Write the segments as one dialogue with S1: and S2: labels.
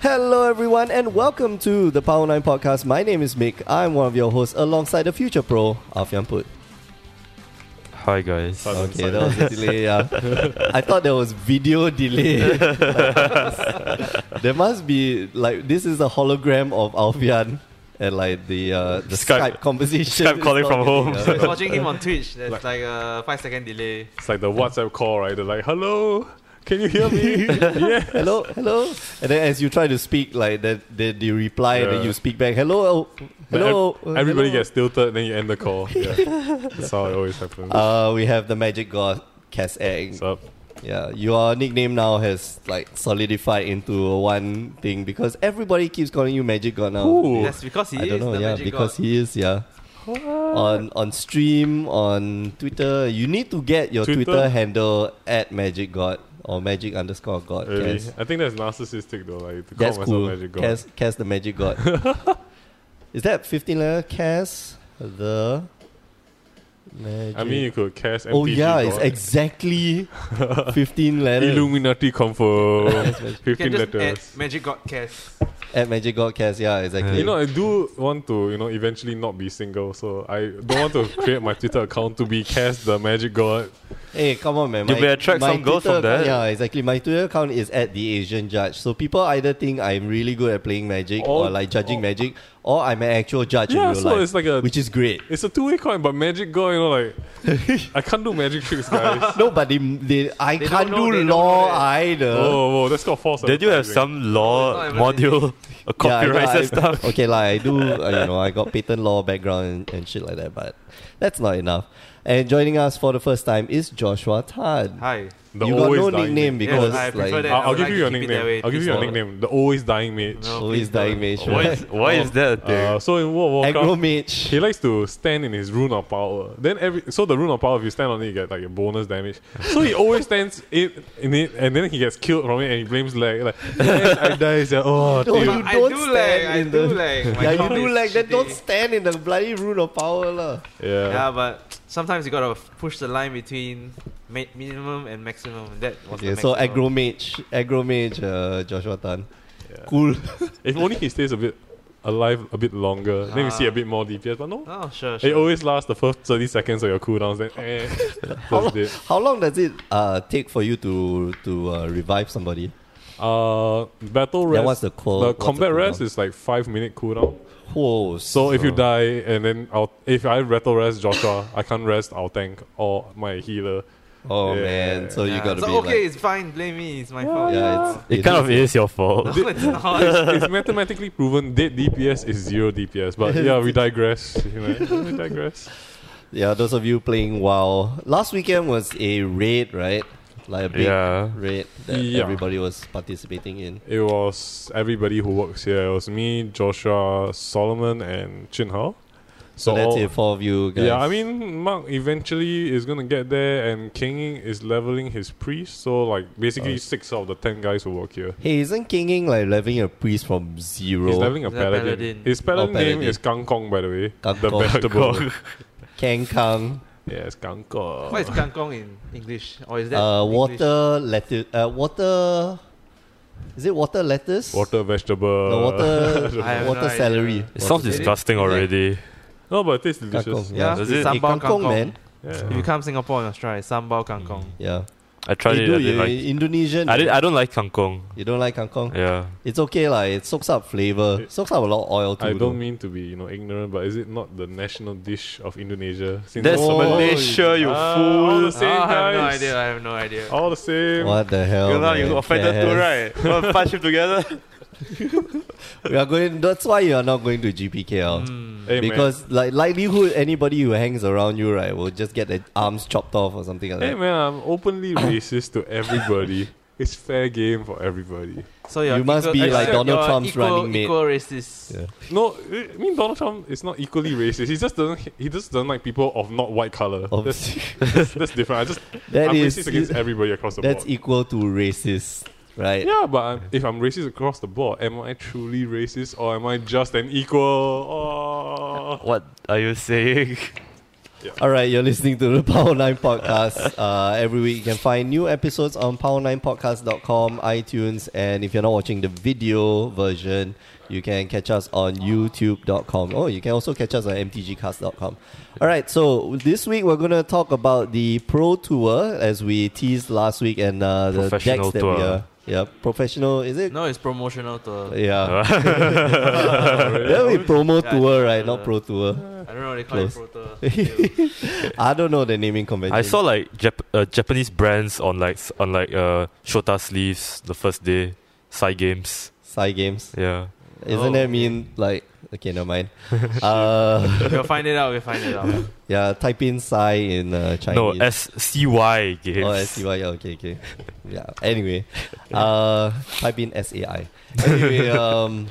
S1: Hello, everyone, and welcome to the Power 9 podcast. My name is Mick. I'm one of your hosts alongside the future pro, Afyan Put.
S2: Hi guys.
S3: Hi.
S1: Okay, that was a delay. Yeah. I thought there was video delay. there must be, like, this is a hologram of Alfian and, like, the, uh, the Skype,
S2: Skype-
S1: conversation.
S2: Skype calling
S1: is
S2: from
S1: not
S2: home.
S1: getting,
S4: I was
S1: uh,
S4: watching him on Twitch. There's
S3: Like-
S4: like, a five second delay.
S3: It's like the WhatsApp call, right? They're like, hello, can you hear me? yeah.
S1: hello, hello. And then as you try to speak, like, that, they, they reply and then
S3: Yeah.
S1: you speak back, hello, oh,
S3: Then
S1: hello.
S3: ev-
S1: uh,
S3: everybody
S1: hello.
S3: gets tilted, then you end the call. Yeah. That's how it always happens.
S1: Uh, we have the magic god, Cass Egg.
S3: What's up?
S1: Yeah, your nickname now has like solidified into one thing because everybody keeps calling you Magic God now.
S3: Ooh.
S4: That's because he
S1: I
S4: is
S1: don't know,
S4: the
S1: yeah,
S4: magic
S1: because
S4: god.
S1: he is, yeah. On on stream, on Twitter, you need to get your Twitter,
S3: Twitter?
S1: handle at Magic God or Magic underscore God.
S3: Really?
S1: Cass.
S3: I think that's narcissistic though, like to call
S1: That's
S3: myself
S1: cool.
S3: magic god.
S1: Cass, Cass the Magic God. is that fifteen letter? Cass the Magic.
S3: I mean you could cast
S1: oh
S3: MTG
S1: yeah, it's
S3: god.
S1: exactly fifteen letters.
S3: Illuminati confirm.
S4: You can
S3: Fifteen
S4: just add
S3: letters.
S4: magic god cast.
S1: At Magic Godcast, yeah, exactly.
S3: You know, I do want to, you know, eventually not be single, so I don't want to create my Twitter account to be cast the magic god.
S1: hey, come on, man.
S2: You may attract some girls
S1: Twitter
S2: from that.
S1: account- Yeah, exactly. My Twitter account is at the Asian Judge. So people either think I'm really good at playing Magic or,
S3: Or-
S1: like judging Magic, or I'm an actual judge in
S3: Yeah,
S1: real
S3: so
S1: life,
S3: it's like a
S1: which is great.
S3: it's a two way coin, but magic god, you know, like I can't do magic tricks, guys.
S1: No, but they, they I
S4: They
S1: can't
S4: don't know, they
S1: do
S4: don't
S1: law
S4: know that.
S1: either.
S3: Oh, whoa, that's called false.
S2: Did you have
S3: advertising.
S2: some law
S4: It's not
S2: module, a
S1: Yeah, I know,
S2: copyrights and
S1: I-
S2: stuff?
S1: Okay, like I do, uh, you know, I got patent law background and, and shit like that, but that's not enough. And joining us for the first time is Joshua Tan.
S4: Hi.
S3: The
S1: you got
S3: always
S1: no
S3: dying
S1: nickname
S3: mage.
S1: because
S4: Yes, I prefer
S1: like
S4: that.
S3: I'll, I'll
S4: I would
S3: give
S4: like
S3: you
S4: to
S3: your
S4: keep it
S3: nickname.
S4: that way,
S3: I'll give you your
S4: please.
S3: nickname. The always dying mage.
S4: No.
S1: always dying mage.
S2: Why is, why is that a thing?
S3: Uh, so in World of
S1: Aggro
S3: Warcraft,
S1: mage.
S3: he likes to stand in his rune of power. Then every so the rune of power, if you stand on it, you get like a bonus damage. So he always stands it in it, and then he gets killed from it, and he blames lag. Like yes, I die. He's like, oh,
S1: No,
S3: dude.
S1: you
S4: I
S1: don't
S4: do
S1: stand
S4: lag, I
S1: in
S4: do
S1: the-
S4: lag. My
S1: yeah, you
S4: comp
S1: do
S4: is
S1: like that. Don't
S4: shitty.
S1: stand in the bloody rune of power, lah.
S3: yeah.
S4: Yeah, but sometimes you gotta f- push the line between ma- minimum and maximum. and That was
S1: Okay,
S4: the
S1: so
S4: maximum.
S1: aggro mage, aggro mage, uh, Joshua Tan.
S3: Yeah.
S1: Cool.
S3: If only he stays a bit alive a bit longer, then we see
S4: Ah.
S3: a bit more DPS. But no,
S4: Oh sure,
S3: it
S4: sure.
S3: always lasts the first thirty seconds of your cooldowns. Then eh, that's it.
S1: How long does it uh, take for you to to uh, revive somebody?
S3: Uh, battle
S1: Yeah,
S3: rest.
S1: what's the quote?
S3: The
S1: What's the
S3: combat rest
S1: cooldown? Oh.
S3: is like five minute cooldown.
S1: Whoa.
S3: So if you die and then I'll if I battle rest Joshua, I can't rest I'll tank or my healer.
S1: oh
S3: Yeah.
S1: man, so you
S4: Yeah.
S1: gotta
S4: so
S1: be
S4: okay,
S1: like,
S4: it's fine. Blame me. It's my fault.
S1: yeah, it's,
S2: it kind of is your
S4: No,
S2: fault.
S4: it's not.
S3: It's mathematically proven dead DPS is zero DPS. But yeah, we digress. you know, we digress.
S1: yeah. Those of you playing WoW, last weekend was a raid, right? Like a big
S2: Yeah.
S1: raid that
S3: Yeah.
S1: everybody was participating in.
S3: It was everybody who works here. It was me, Joshua, Solomon, and Chin Hao.
S1: So that's
S3: all-
S1: it, four of you guys.
S3: Yeah, I mean, Mark eventually is gonna get there, and King is leveling his priest. So like, basically, six out of the ten guys who work here.
S1: Hey, isn't Kinging like leveling a priest from zero?
S3: He's leveling a
S4: Is that
S3: paladin.
S4: paladin?
S3: His paladin,
S1: Oh, paladin.
S3: name is Kang Kong, by the way.
S1: Kang
S3: the
S1: Kong.
S3: vegetable.
S1: Kang Kang.
S3: yes, Kang Kong.
S4: What is kangkong in English? Or is that
S1: Uh,
S4: English?
S1: water lettuce. Uh, water. Is it water lettuce?
S3: Water vegetable.
S1: No, water.
S4: I have
S1: water
S4: no idea.
S1: celery.
S2: It sounds
S4: Is it-
S2: disgusting
S4: is it-
S2: already.
S3: No, but it tastes
S1: Kang Kong,
S3: delicious.
S1: Yeah.
S4: Yeah,
S2: Is
S4: it's
S2: it-
S1: Hey,
S4: sambal
S1: kang kong,
S4: kangkong.
S1: man.
S4: If
S3: Yeah.
S4: you come Singapore, you must try sambal kangkong.
S1: Yeah.
S2: I tried
S1: you
S2: it. I
S1: do,
S2: didn't
S1: you,
S2: like.
S1: Indonesian.
S2: I, did, I don't like kangkong.
S1: you don't like kang kong?
S2: Yeah.
S1: It's okay lah. It soaks up flavor.
S3: It-
S1: soaks up a lot of oil too.
S3: I
S1: though.
S3: don't mean to be, you know, ignorant, but is it not the national dish of Indonesia? Since
S2: That's
S1: Oh,
S2: Malaysia, you
S3: Ah, all
S2: fool.
S3: the same,
S4: Oh, I
S3: guys.
S4: have no idea. I have no idea.
S1: Oh.
S3: All the same.
S1: What the hell?
S2: You know,
S1: man?
S2: you offended
S1: Yes.
S2: too, right? Want to punch him together?
S1: We are going. That's why you are not going to GPKL.
S3: Hey, man.
S1: Because like likelihood, anybody who hangs around you, right, will just get their arms chopped off or something like
S3: Hey
S1: that.
S3: man, I'm openly racist to everybody. It's fair game for everybody.
S4: So you're
S1: You must
S4: equal-
S1: be like
S4: you're
S1: Donald Trump's
S4: equal,
S1: running mate.
S4: Equal racist.
S1: Yeah.
S3: No, I mean Donald Trump is not equally racist. He just doesn't. He just doesn't like people of not white color.
S1: Of-
S3: That's, that's, that's different. I just
S1: That
S3: I'm
S1: is- e-,
S3: racist against everybody across the
S1: That's e-,
S3: board.
S1: equal to racist, right?
S3: yeah, but I'm, if I'm racist across the board, am I truly racist or am I just an equal? Oh.
S2: What are you saying?
S1: All right, you're listening to the Power 9 Podcast. Uh, every week you can find new episodes on power9podcast.com, iTunes, and if you're not watching the video version, you can catch us on youtube.com. Oh, you can also catch us on mtgcast.com. All right, so this week we're going to talk about the Pro Tour as we teased last week and uh, the
S2: Professional
S1: decks that
S2: tour.
S1: we are. Yeah, professional, is it?
S4: No, it's promotional tour.
S1: Yeah.
S3: Alright.
S1: That'll be promo
S4: Yeah,
S1: tour, right?
S4: uh,
S1: Not pro tour.
S4: I don't know what they call it pro
S1: Close.
S4: tour.
S1: I don't know the naming convention.
S2: I saw like Jap- uh, Japanese brands on like s- on like uh, Shota sleeves the first day. Side games.
S1: Psy Games.
S2: Yeah.
S1: Isn't
S4: Oh,
S1: that
S4: okay.
S1: mean like okay, never mind. uh,
S4: We'll find it out, we'll find it out.
S1: yeah, type in Psy in uh, Chinese.
S2: No S C Y games.
S1: Oh, S-E-Y, yeah, okay, okay. Yeah. Anyway, uh, type in S-A-I. Anyway, um,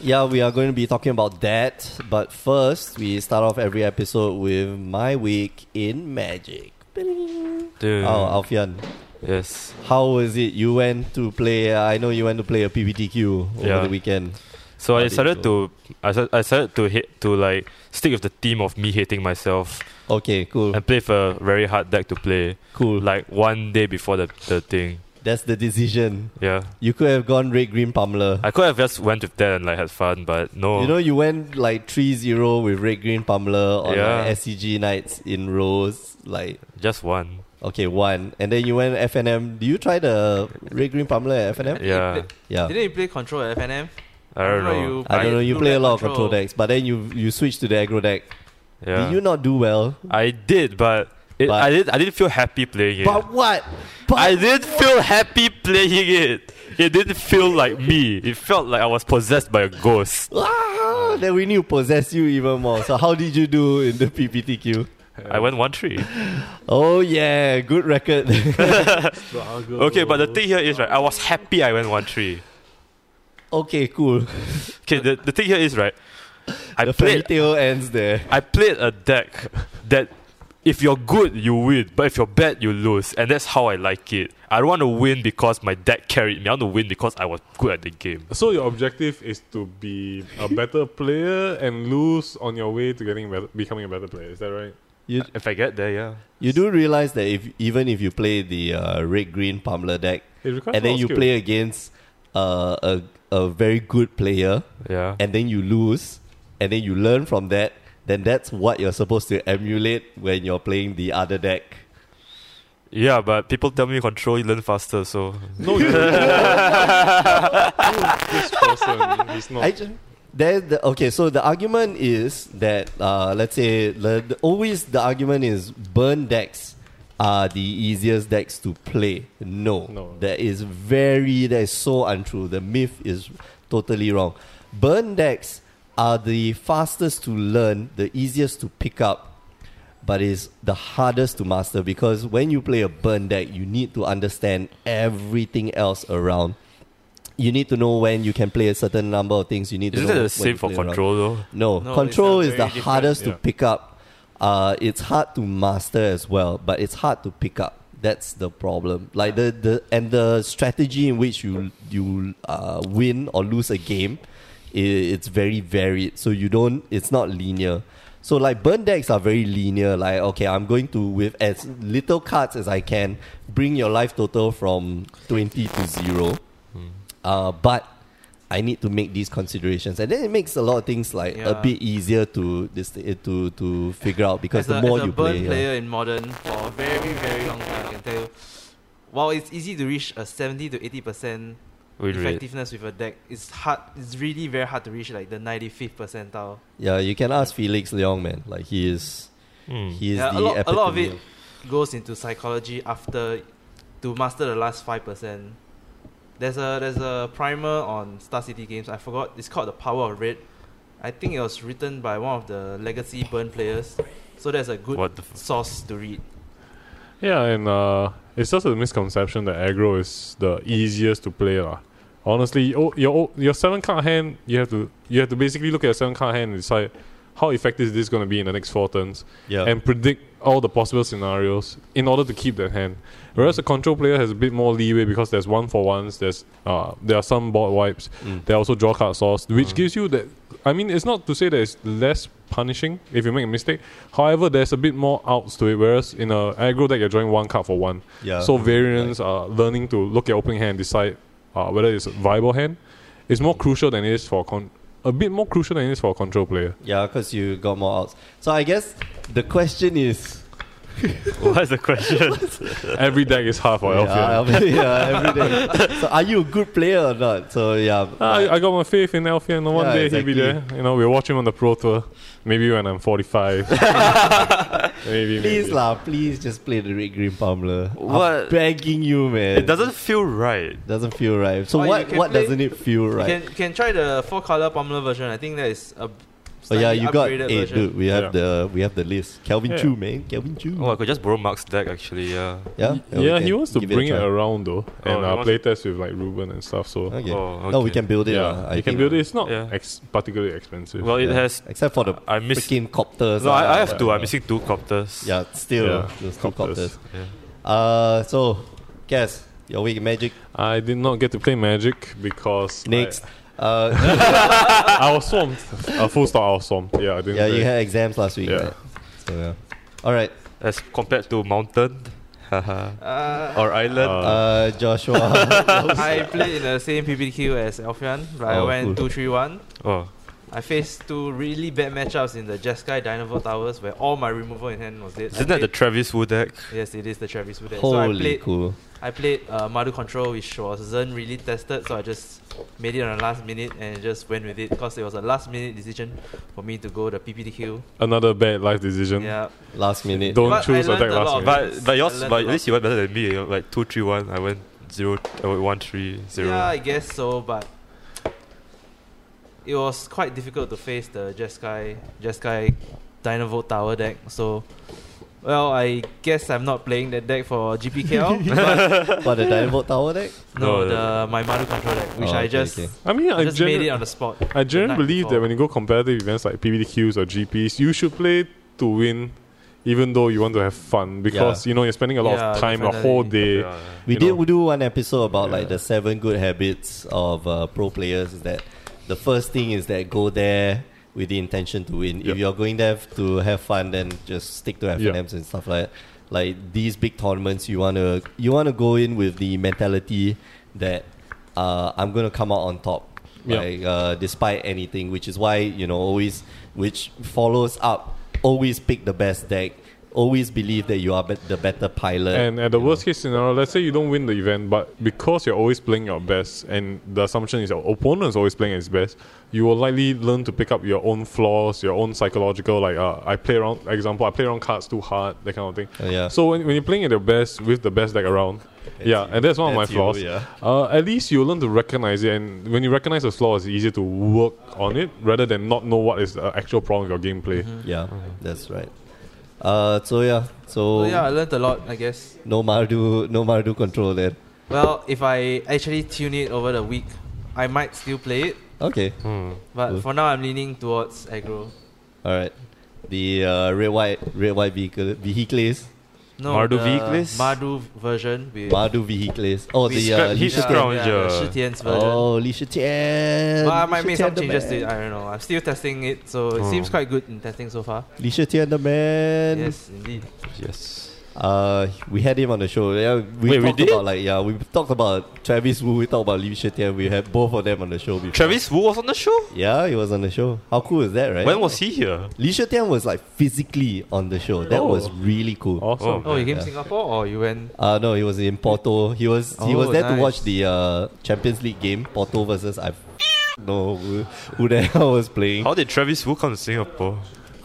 S1: yeah, we are going to be talking about that. But first, we start off every episode with my week in magic.
S2: Dude.
S1: Oh, Alfian,
S2: Yes.
S1: how was it? You went to play. I know you went to play a PBTQ over
S2: Yeah.
S1: the weekend.
S2: So
S1: How
S2: I
S1: did
S2: decided
S1: it
S2: to I, sa- I decided to hit to like stick with the theme of me hating myself
S1: Okay, cool,
S2: and play for a very hard deck to play
S1: cool.
S2: like one day before the, the thing.
S1: That's the decision.
S2: Yeah.
S1: You could have gone red green pummeler.
S2: I could have just went with that and like had fun, but no.
S1: You know, you went like 3 0 with red green pummeler on
S2: Yeah.
S1: like, SCG nights in rows, like,
S2: just one.
S1: okay, one. And then you went FNM. Do you try the red green pummeler at FNM?
S2: Yeah.
S1: Yeah.
S4: Didn't you play control at FNM?
S2: I don't
S4: I don't
S2: know.
S4: know, you-
S1: I don't know, you
S4: Look
S1: play a
S4: at
S1: lot of
S4: control.
S1: control decks, but then you you switch to the aggro deck.
S2: yeah.
S1: Did you not do well?
S2: I did, but, it,
S1: But-
S2: I did. I didn't feel happy playing it.
S1: But what? But
S2: I didn't feel happy playing it. It didn't feel like me. It felt like I was possessed by a ghost.
S1: Ah, then we need to possess you even more. So how did you do in the PPTQ?
S2: I went one three.
S1: Oh yeah, good record.
S2: Okay, but the thing here is right. I was happy I went one three.
S1: okay, cool.
S2: Okay, the, the thing here is right. I
S1: the fairy
S2: played.
S1: tale ends there.
S2: I played a deck that if you're good you win, but if you're bad you lose, and that's how I like it. I don't want to win because my deck carried me. I want to win because I was good at the game.
S3: So your objective is to be a better player and lose on your way to getting better, becoming a better player. Is that right?
S1: You
S2: If I get there, yeah.
S1: You do realize that if even if you play the uh, red green Pumler deck
S3: It requires
S1: and then
S3: a lot of
S1: you
S3: skill.
S1: play against uh, a a very good player
S2: Yeah.
S1: and then you lose and then you learn from that, then that's what you're supposed to emulate when you're playing the other deck.
S2: Yeah, but people tell me control you learn faster, so
S3: No, you this person is not.
S1: I ju- there, the, okay, so the argument is that uh, let's say the, the- always the argument is burn decks are the easiest decks to play. No,
S3: No.
S1: that is very that is so untrue. The myth is totally wrong. Burn decks are the fastest to learn, the easiest to pick up, but is the hardest to master because when you play a burn deck, you need to understand everything else around. You need to know when you can play a certain number of things. You need
S2: isn't
S1: to
S2: that
S1: know
S2: the
S1: when
S2: same
S1: you
S2: for
S1: play around.
S2: control though?
S1: No,
S4: No,
S1: control
S4: it's a
S1: is the
S4: very different-
S1: hardest to
S3: yeah.
S1: pick up. Uh, it's hard to master as well, but it's hard to pick up. That's the problem. Like the, the and the strategy in which you you uh, win or lose a game, i it's very varied. So you don't. It's not linear. So like burn decks are very linear. Like okay, I'm going to with as little cards as I can bring your life total from twenty to zero. Uh, but I need to make these considerations, and then it makes a lot of things like a
S4: Yeah.
S1: bit easier to this eh, to to figure out because
S4: as
S1: the
S4: a,
S1: more
S4: as a
S1: you
S4: burn
S1: play, yeah.
S4: player in modern for a very very long time, I can tell you. While it's easy to reach a seventy to eighty percent
S2: Win rate.
S4: effectiveness with a deck, it's hard. It's really very hard to reach like the ninety fifth percentile.
S1: yeah, you can ask Felix Leong, man. Like he is,
S3: Mm.
S2: Hmm.
S1: he is
S4: Yeah,
S1: the
S4: a lot, a lot of
S1: epitome
S4: it goes into psychology after to master the last five percent. There's a there's a primer on Star City Games. I forgot. It's called the Power of Red. I think it was written by one of the legacy burn players. So there's a good
S2: What the f-
S4: source to read.
S3: Yeah, and uh, it's just a misconception that aggro is the easiest to play lah. Honestly, oh, your o- your seven card hand, you have to you have to basically look at your seven card hand and decide how effective is this going to be in the next four turns,
S1: Yeah,
S3: and predict all the possible scenarios in order to keep that hand. Whereas a control player has a bit more leeway because there's one for ones, there's uh, there are some board wipes,
S1: Mm.
S3: there are also draw card source, which
S2: Mm.
S3: gives you that. I mean, it's not to say that it's less punishing if you make a mistake. However, there's a bit more outs to it, whereas in a aggro deck, you're drawing one card for one.
S1: Yeah.
S3: So variants are learning to look at opening hand and decide uh, whether it's a viable hand. It's more crucial than it is for a con- a bit more crucial than it is for a control player.
S1: Yeah, because you got more outs. So I guess the question is.
S2: What's the question?
S3: Every deck is hard for
S1: yeah,
S3: Elfian.
S1: I mean, yeah, every day. so are you a good player or not? So yeah.
S3: I, I got my faith in Elfian. One
S1: Yeah,
S3: day he'll be
S1: exactly.
S3: there. You know, we'll watch him on the pro tour. Maybe when I'm 45. maybe,
S1: please
S3: maybe.
S1: lah, please just play the red green pumler. I'm
S2: What?
S1: begging you, man.
S2: It doesn't feel right.
S1: doesn't feel right. So
S4: Or you
S1: what
S4: can
S1: what
S4: play-
S1: doesn't it feel
S4: You
S1: right?
S4: can you can try the four color Pomelo version. I think that is a
S1: Oh yeah,
S4: slightly
S1: you got
S4: upgraded
S1: hey,
S4: version.
S1: dude. We have
S3: Yeah.
S1: the we have the list. Calvin
S3: Yeah.
S1: Chu, man, Calvin Chu.
S2: Oh, I could just borrow Mark's deck actually. Yeah.
S1: yeah, we
S3: yeah, he
S1: can
S3: wants to
S1: give a
S3: bring it,
S1: try.
S3: around though, and
S2: he
S3: uh,
S2: wants-
S3: play test with like Ruben and stuff. So
S1: Okay.
S2: Oh,
S1: No, we
S2: okay.
S1: can build it. lah,
S3: yeah,
S1: I
S3: you can
S1: think. uh,
S3: build it. It's not
S2: Yeah.
S3: ex- particularly expensive.
S2: Well, it
S1: Yeah.
S2: has.
S1: except for the
S2: I miss.
S1: freaking copters.
S2: No,
S1: lah,
S2: I, I have
S1: but-
S4: Uh,
S2: two. I'm missing two copters.
S1: Yeah, still
S3: Yeah,
S1: there's two
S3: copters.
S1: copters.
S2: Yeah.
S1: Uh, so guess your weak magic
S3: I did not get to play Magic because I-
S1: next. Uh,
S3: I, was swamped. A full stop. I was swamped. Yeah, I didn't.
S1: yeah, you
S3: play.
S1: had exams last week.
S3: Yeah.
S1: Right? So yeah. All right,
S2: As compared to mountain, haha,
S4: Uh,
S2: or island.
S3: Uh,
S1: uh, Joshua.
S4: I played in the same PPQ as Elfian, but I
S1: Oh,
S4: went
S1: cool.
S4: two three one.
S2: oh,
S4: I faced two really bad matchups in the Jeskai Dynavo Towers where all my removal in hand was dead.
S2: isn't that the Travis Wu deck?
S4: the Yes, it is the Travis Wood. deck. So I
S1: Holy
S4: played
S1: cool.
S4: I played uh, Madu Control which wasn't really tested, so I just made it on the last minute and just went with it because it was a last minute decision for me to go the PPTQ.
S3: another bad life decision.
S4: Yeah.
S1: Last minute.
S3: Um, Don't
S4: But I
S3: choose
S4: learned
S3: attack
S4: a
S3: last
S4: lot of
S3: minute.
S2: But but yours,
S4: learned
S2: but
S4: a
S2: at
S4: lot.
S2: least you went better than me. you know, Like two, three, one. I went zero, uh, one, three, zero.
S4: Yeah, I guess so, but it was quite difficult to face the Jeskai Jeskai Dynavolt Tower deck. So, well, I guess I'm not playing that deck for GPKL. but
S1: But the Dynamo Tower deck.
S4: no,
S2: No,
S4: the my Madu control deck, which
S1: Oh,
S4: I
S1: okay,
S4: just
S1: okay.
S3: I mean,
S4: I
S3: I
S4: just
S3: genu-
S4: made it on the spot.
S3: I
S4: night
S3: generally believe
S4: before.
S3: that when you go competitive events like PBDQs or GPs, you should play to win, even though you want to have fun because you know you're spending a lot
S4: Yeah,
S3: of time, a whole day.
S2: Yeah, yeah.
S1: We
S3: you
S1: did
S3: know.
S1: do one episode about like
S3: Yeah.
S1: the seven good habits of uh, pro players. Is that the first thing is that go there with the intention to win. If
S3: Yep.
S1: you're going there f- to have fun, then just stick to FNMs
S3: Yeah.
S1: and stuff like that. Like these big tournaments, you wanna you wanna go in with the mentality that uh, I'm gonna come out on top,
S3: Yeah.
S1: like uh, despite anything. Which is why you know always which follows up always pick the best deck. Always believe that you are bet the better pilot.
S3: And at the worst case scenario, let's say you don't win the event, but because you're always playing your best, and the assumption is your opponent's always playing his best, you will likely learn to pick up your own flaws, your own psychological, like uh, I play around, example, I play around cards too hard, that kind of thing.
S1: Uh, yeah.
S3: So when, when you're playing at your best with the best deck around, yeah,
S1: you.
S3: and that's one
S1: That's
S3: of my
S1: you,
S3: flaws.
S1: yeah.
S3: Uh, at least you learn to recognize it, and when you recognize the flaw, it's easier to work on it rather than not know what is the actual problem with your gameplay.
S1: Yeah, that's right. Uh, so yeah, so
S4: So yeah,
S3: Oh.
S4: I learned a lot, I guess.
S1: no Mardu, no Mardu control there.
S4: Well, if I actually tune it over the week, I might still play it.
S1: Okay,
S2: Hmm.
S4: But
S1: Cool.
S4: for now, I'm leaning towards aggro.
S1: all right. The uh, red white red white vehicle vehicles,
S4: No,
S2: Mardu
S4: the
S2: Vehicles?
S4: Mardu version with
S1: Mardu vehicles. Oh, the
S2: scrap-
S1: uh, Li
S2: he
S1: Shi
S2: It's scrap-
S1: Tian.
S2: ground,
S4: the
S2: yeah.
S4: 世田's version.
S1: Oh, Li Shi Tian.
S4: Well, I
S1: Li
S4: might
S1: Shi
S4: make
S1: Tian
S4: some
S1: the
S4: changes to it.
S1: man.
S4: I don't know. I'm still testing it, so it
S2: Hmm.
S4: seems quite good in testing so far.
S1: Li Shi Tian the man.
S4: yes, indeed.
S2: Yes.
S1: Uh, we had him on the show. Yeah, we
S2: Wait, we
S1: talked
S2: did?
S1: about like yeah, we talked about Travis Wu. We talked about Li Shi Tian. We had both of them on the show before.
S2: Travis Wu was on the show.
S1: Yeah, he was on the show. How cool is that, right?
S2: When was he here?
S1: Li Shi Tian was like physically on the show. That
S3: Oh.
S1: was really cool.
S3: Awesome.
S4: Oh, you came
S1: Yeah.
S4: Singapore or you went?
S1: Uh no, he was in Porto. He was he was
S4: Oh,
S1: there to
S4: nice.
S1: watch the uh, Champions League game, Porto versus I no who, who the hell was playing.
S2: How did Travis Wu come to Singapore?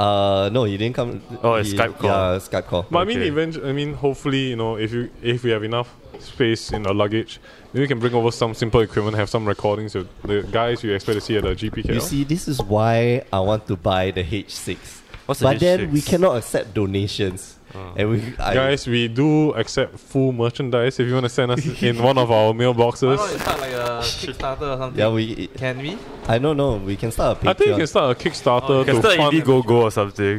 S1: Uh no, he didn't come.
S2: Oh, it's
S1: he-
S2: Skype call.
S1: Yeah, Skype call.
S3: But I mean,
S2: Okay.
S3: eventually, I mean, hopefully, you know, if you if we have enough space in our luggage, then we can bring over some simple equipment, have some recordings of the guys you expect to see at the GPK.
S1: You see, this is why I want to buy the H6.
S2: What's the
S1: but then we
S2: H6?
S1: cannot accept donations, and we I,
S3: guys, we do accept full merchandise. If you want to send us in one of our
S4: Why Oh, not
S3: mailboxes,
S4: you start like a Kickstarter or something?
S1: yeah we
S4: Can we?
S1: I don't know. We can start a Patreon.
S3: I think you can start a
S4: Oh,
S3: Kickstarter
S4: you
S2: Can
S3: to
S2: start
S3: fund.
S2: Indiegogo or something.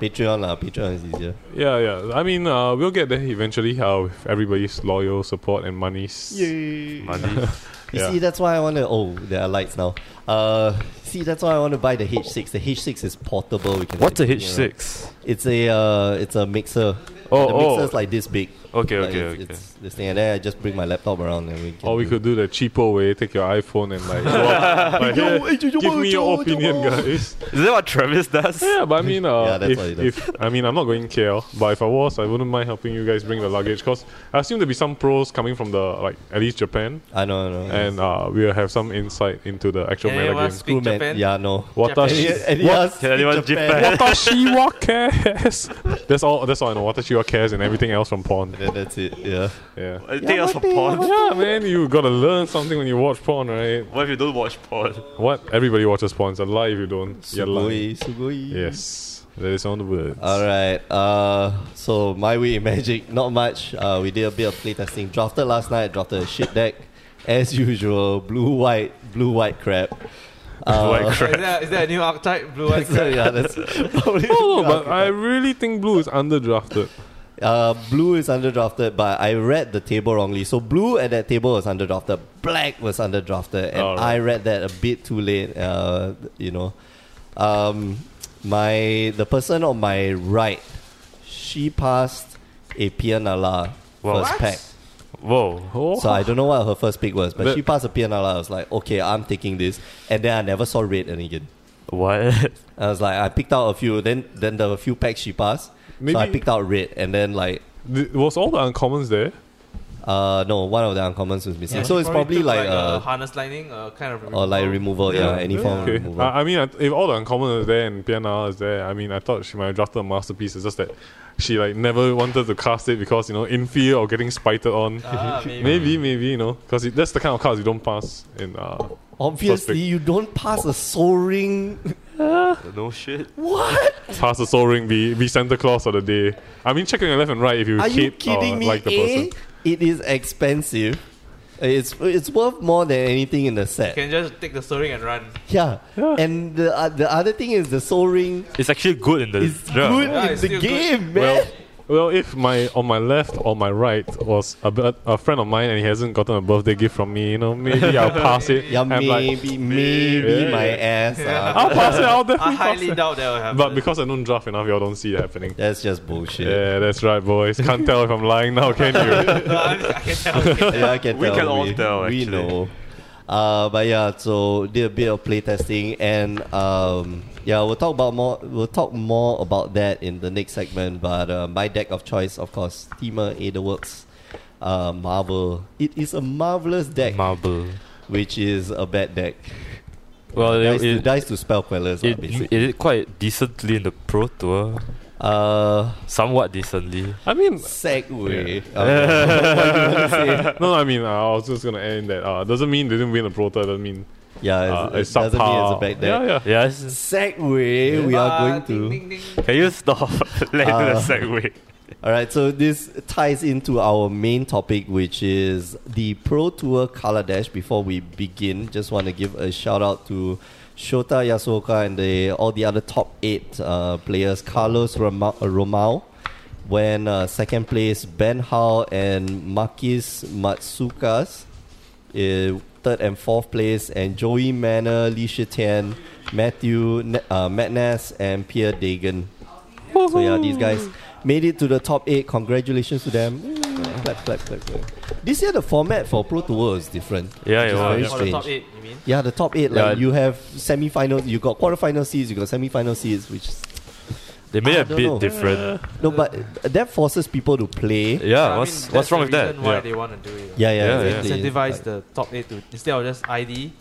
S1: Patreon lah. Patreon is easier.
S3: Yeah, yeah. I mean, uh, we'll get there eventually uh, with everybody's loyal support and monies.
S1: Yay!
S2: Money.
S1: You
S3: Yeah.
S1: see, that's why I want to. Oh, there are lights now. Uh, see, that's why I want to buy the H6. The H6 is portable. We can
S2: What's a
S1: like, you know,
S2: H6?
S1: It's a uh, it's a mixer.
S2: Oh,
S1: the mixer's
S2: oh.
S1: like this big.
S2: Okay,
S1: Like,
S2: okay,
S1: it's,
S2: okay. Oh,
S1: It's this thing, and then I just bring my laptop around, and we. Can
S3: Or we
S1: do-
S3: could do the cheapo way, take your iPhone and like, go up, like,
S1: Yo,
S3: "Here,
S1: hey, yo, yo,
S3: give me
S1: yo,
S3: your
S1: yo,
S3: opinion,
S1: yo."
S3: guys.
S2: Is that what Travis does?
S3: Yeah, but I mean, uh,
S1: Yeah, that's
S3: if,
S1: what he does.
S3: if I mean, I'm not going KL, but if I was, I wouldn't mind helping you guys bring the luggage because I assume there'll be some pros coming from the like at least Japan,
S1: I know, I know.
S3: and uh, we'll have some insight into the actual
S4: Anyone
S3: meta game.
S4: speak
S1: Cool, man.
S4: Japan?
S1: Yeah, no.
S4: Japanese?
S3: Watashi,
S1: And- and
S3: What?
S1: yes,
S2: Can anyone Japan?
S3: Watashi wa cares. That's all. That's all I know. Watashi wa cares and everything else from porn.
S1: Then that's it. Yeah.
S3: Yeah.
S2: Anything else for porn?
S3: Yeah, man, you gotta learn something when you watch porn, right?
S2: What if you don't watch porn?
S3: What? Everybody watches porn. It's a lie if you don't. You're lying.
S1: Sugoi, sugoi.
S3: Yes. That is on the words.
S1: All right. Uh, so my way in magic, not much. Uh, we did a bit of playtesting. Drafted last night. Drafted a shit deck, as usual. Blue white, blue white crab. Uh,
S2: White
S4: Is
S2: crap.
S4: there, is there a new archetype? Blue eyes.
S1: so, yeah, that's probably.
S3: Oh no, but I really think blue is underdrafted.
S1: Uh, blue is underdrafted, but I read the table wrongly. So blue at that table was underdrafted. Black was underdrafted, and
S3: Alright.
S1: I read that a bit too late. Uh, you know, um, my the person on my right, she passed a Pianala
S2: Wow.
S1: first
S4: What?
S1: pack.
S2: Whoa.
S3: Oh,
S1: So I don't know what her first pick was, but
S3: That-
S1: she passed a Pianala. I was like, okay, I'm taking this, and then I never saw red and again.
S2: What?
S1: I was like, I picked out a few. Then then the few packs she passed, so I
S3: Maybe-
S1: picked out red, and then like
S3: th- was all the uncommons there?
S1: Uh, no, one of the uncommons was missing.
S4: Yeah,
S1: so
S4: he
S1: it's probably
S4: took
S1: like,
S4: a
S1: uh,
S4: harness lightning, uh, kind of
S1: or like removal, yeah, any form
S3: okay. Ah,
S1: of removal.
S3: I, I mean, I, if all the uncommons are there and Piana is there, I mean, I thought she might have drafted a masterpiece. It's just that she like never wanted to cast it because you know in fear of getting spited on.
S4: Ah, maybe.
S3: maybe, maybe you know, because that's the kind of cards you don't pass in. Uh,
S1: Obviously, you don't pass a soul ring.
S2: No shit.
S1: What?
S3: pass the soul ring, be be Santa Claus of the day. I mean, check on your left and right if you
S1: Are you
S3: hate or
S1: kidding me? eh?
S3: like the
S1: A,
S3: person.
S1: it is expensive. It's it's worth more than anything in the set.
S4: Can just take the soaring and run.
S1: Yeah.
S3: Yeah.
S1: And the uh, the other thing is the soul ring
S2: It's actually good in the.
S1: is
S2: yeah.
S1: good
S4: Yeah,
S1: in
S4: it's
S1: the
S4: still good.
S1: game, man.
S3: Well, well, if my on my left or my right was a, b- a friend of mine and he hasn't gotten a birthday gift from me, you know, maybe I'll pass it.
S1: yeah,
S3: I'm like,
S1: maybe, maybe
S3: Yeah.
S1: my ass.
S4: Yeah.
S1: Uh,
S3: I'll pass it. I'll
S4: I
S3: definitely pass
S4: highly
S3: it.
S4: doubt that will happen.
S3: But because I don't draft enough, y'all don't see it happening.
S1: that's just bullshit.
S3: Yeah, that's right, boys. Can't tell if I'm lying now, can you?
S4: No, I, I can tell.
S1: yeah, I can
S2: We
S1: tell.
S2: can all tell,
S1: We
S2: actually.
S1: know. Uh, but yeah, so did a bit of playtesting, and um, yeah, we'll talk about more. We'll talk more about that in the next segment. But uh, my deck of choice, of course, Steamer Aetherworks, uh, Marvel. It is a marvelous deck,
S2: Marble.
S1: which is a bad deck.
S2: Well,
S1: dice,
S2: it,
S1: to,
S2: it,
S1: dice to spell quellers, lah,
S2: it,
S1: basically.
S2: it did quite decently in the pro tour.
S1: Uh,
S2: Somewhat decently.
S3: I mean,
S1: segue. Okay. What do you want to say?
S3: no, I mean, uh, I was just gonna end that. Uh, doesn't mean they didn't win a pro tour. Doesn't mean
S1: Yeah,
S3: uh,
S1: it's,
S3: it's
S1: it doesn't mean it's a
S3: subpar.
S1: bad deck.
S3: Yeah, yeah.
S2: Yes.
S1: Segue. We
S4: Ah,
S1: are going to.
S4: ding, Ding, ding.
S2: Can you stop? Let
S1: Uh,
S2: uh, the segue.
S1: All right, so this ties into our main topic, which is the Pro Tour Color Dash. Before we begin, just want to give a shout out to Shota Yasuoka and the, all the other top eight uh, players Carlos Roma- Romao, when uh, second place, Ben Hao and Marquis Matsukas uh, third and fourth place, and Joey Manor, Li Tian, Matthew, Ne- uh, Matt Ness, and Pierre Dagan. So yeah, these guys made it to the top eight. Congratulations to them. Mm, Clap, clap, clap, clap. This year the format for Pro Tour is different.
S2: Oh, Yeah,
S1: which
S2: it
S1: is
S2: was.
S1: very
S4: Or the top
S1: strange.
S4: eight, you mean?
S1: Yeah, the top eight. Like
S2: Yeah.
S1: you have semi-final, you got quarterfinal seeds, you got semi-final seeds, which is,
S2: They made
S1: I
S2: it a
S1: don't
S2: bit
S1: know.
S2: different.
S1: no, but that forces people to play.
S2: Yeah,
S4: I mean,
S2: what's
S4: that's
S2: what's wrong
S4: the
S2: with that?
S4: reason Why
S3: Yeah.
S4: they want to do it?
S1: Yeah, yeah,
S2: Yeah, yeah.
S1: exactly.
S4: Incentivize
S1: Like-
S4: the top eight to instead of just ID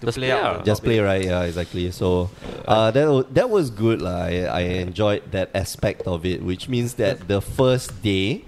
S4: to
S2: Just
S4: play
S2: play
S4: out.
S2: out.
S4: the
S1: just
S4: top
S1: play
S4: eight.
S1: right yeah exactly so uh, that, wa- that was good lah. I, I enjoyed that aspect of it which means that the first day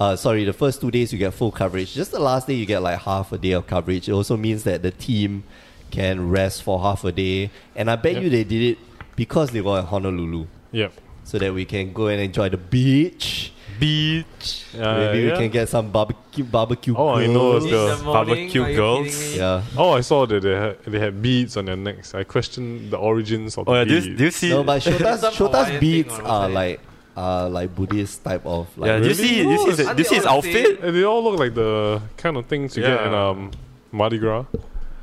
S1: uh, sorry the first two days you get full coverage just the last day you get like half a day of coverage it also means that the team can rest for half a day and i bet
S3: Yeah.
S1: you they did it because they were in honolulu
S3: Yep.
S1: so that we can go and enjoy the beach
S2: Beach.
S3: Uh,
S1: maybe
S3: yeah.
S1: we can get some barbecue barbecue
S3: Oh, I know it's
S1: girls.
S3: the
S4: In the morning,
S2: barbecue
S4: are you
S2: girls.
S4: kidding me?
S1: yeah
S3: Oh, I saw that they had, they had beads on their necks. I questioned the origins of
S2: Oh yeah,
S3: the
S2: do
S3: beads.
S2: you, do you see?
S1: No, but Shota's,
S4: Some Hawaiian
S1: Shota's
S4: thing
S1: beads
S4: or
S1: are
S4: something.
S1: uh, like are like Buddhist type of like
S2: yeah, do you
S3: Really?
S2: see? Do you see, his-
S4: Aren't
S2: do you
S4: they
S2: see his
S4: all the same?
S2: outfit?
S3: And they all look like the kind of things you get in
S2: Yeah.
S3: um Mardi Gras.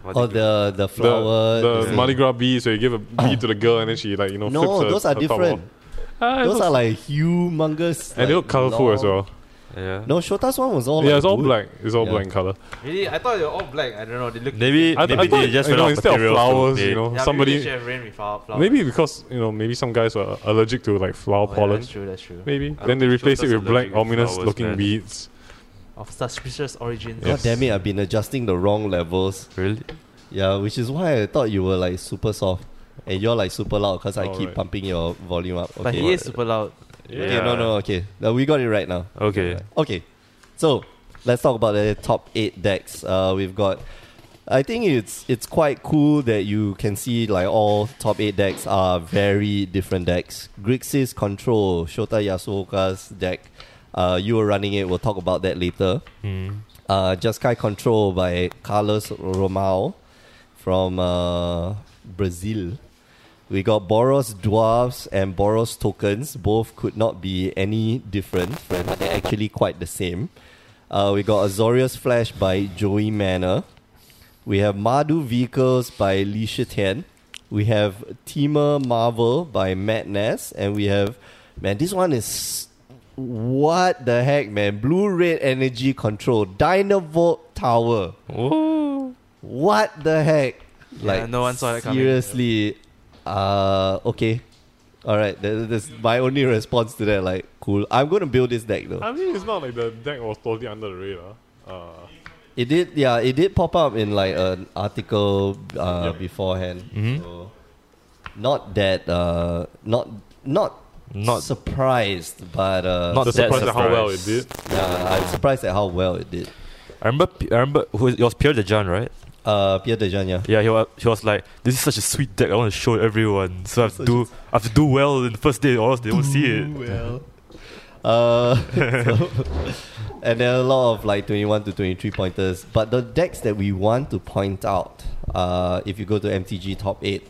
S2: What
S1: Or
S2: did you-
S1: the the
S3: The,
S1: flower.
S3: the
S1: is-
S3: Mardi Gras uh, bee, so you give a bee to the girl and then she like you know
S1: No,
S3: flips her-
S1: those are
S3: her top off.
S1: different.
S3: Ah,
S1: Those
S3: those-
S1: are like humongous.
S3: and they
S1: like,
S3: look colorful as
S1: long-
S3: well.
S2: yeah.
S1: No, Shota's one was all
S3: yeah,
S1: like
S3: it's all
S1: wood.
S3: black. It's all
S1: Yeah.
S3: black in color.
S4: Really, I thought they were all black. I don't know. They look.
S2: Maybe
S3: I, th-
S2: maybe
S3: I thought,
S2: they just
S3: you
S2: went
S3: know,
S2: out of
S3: instead of
S2: materials. to
S3: flowers,
S2: make-
S3: you know,
S4: Yeah, maybe they
S3: somebody
S4: should have rain with flower- flowers.
S3: maybe because you know maybe some guys were allergic to like flower
S4: Oh, yeah,
S3: pollen.
S4: that's true. That's true.
S3: Maybe
S2: don't
S3: then they
S2: think
S3: replace it
S2: shoulders
S3: with black,
S2: allergic to
S3: ominous
S2: flowers,
S3: looking
S2: man.
S3: weeds.
S4: Of suspicious origins.
S1: God
S3: Yes.
S1: damn it, I've been adjusting the wrong levels.
S2: Really?
S1: Yeah, which is why I thought you were like super soft. And you're like super loud because I keep
S3: Alright.
S1: pumping your volume up. Okay.
S4: But he is super loud.
S1: Okay, no, no, okay. Uh, we got it right now.
S2: Okay.
S1: Okay. So let's talk about the top eight decks. Uh, we've got. I think it's it's quite cool that you can see like all top eight decks are very different decks. Grixis control Shota Yasuoka's deck. Uh, you were running it. We'll talk about that later.
S2: Hmm.
S1: Uh, Just Kai control by Carlos Romao from uh, Brazil. We got Boros Dwarfs and Boros Tokens. Both could not be any different, but they're actually quite the same. Uh, we got Azorius Flash by Joey Manor. We have Madu Vehicles by Li Tian. We have Teamer Marvel by Matt Ness. And we have, man, this one is. What the heck, man? Blue Red Energy Control, Dynavolt Tower.
S2: Ooh.
S1: What the heck?
S4: Yeah, no one saw that coming.
S1: Seriously, uh, okay, all right. That, that's my only response to that. Like, cool. I'm gonna build this deck though.
S3: I mean, it's not like the deck was totally under the radar. Uh,
S1: It did, yeah. It did pop up in like an article uh,
S3: Yep.
S1: beforehand.
S2: Mhm.
S1: So, not that, uh, not not
S2: Not
S1: surprised, but uh,
S2: Not
S3: the
S2: that
S3: surprise at how well it
S2: surprised.
S3: did.
S1: yeah, I'm surprised at how well it did.
S2: I remember P- I remember who is, it was Pierre Dejan, right?
S1: Uh, Pierre Dejan, yeah.
S2: Yeah, he was he was like, This is such a sweet deck, I want to show everyone. So I have to
S1: Such
S2: do I have to do well in the first day or else they won't see it.
S1: Well. Uh, so- and there are a lot of like 21 to 23 pointers. But the decks that we want to point out, uh, if you go to MTG Top 8,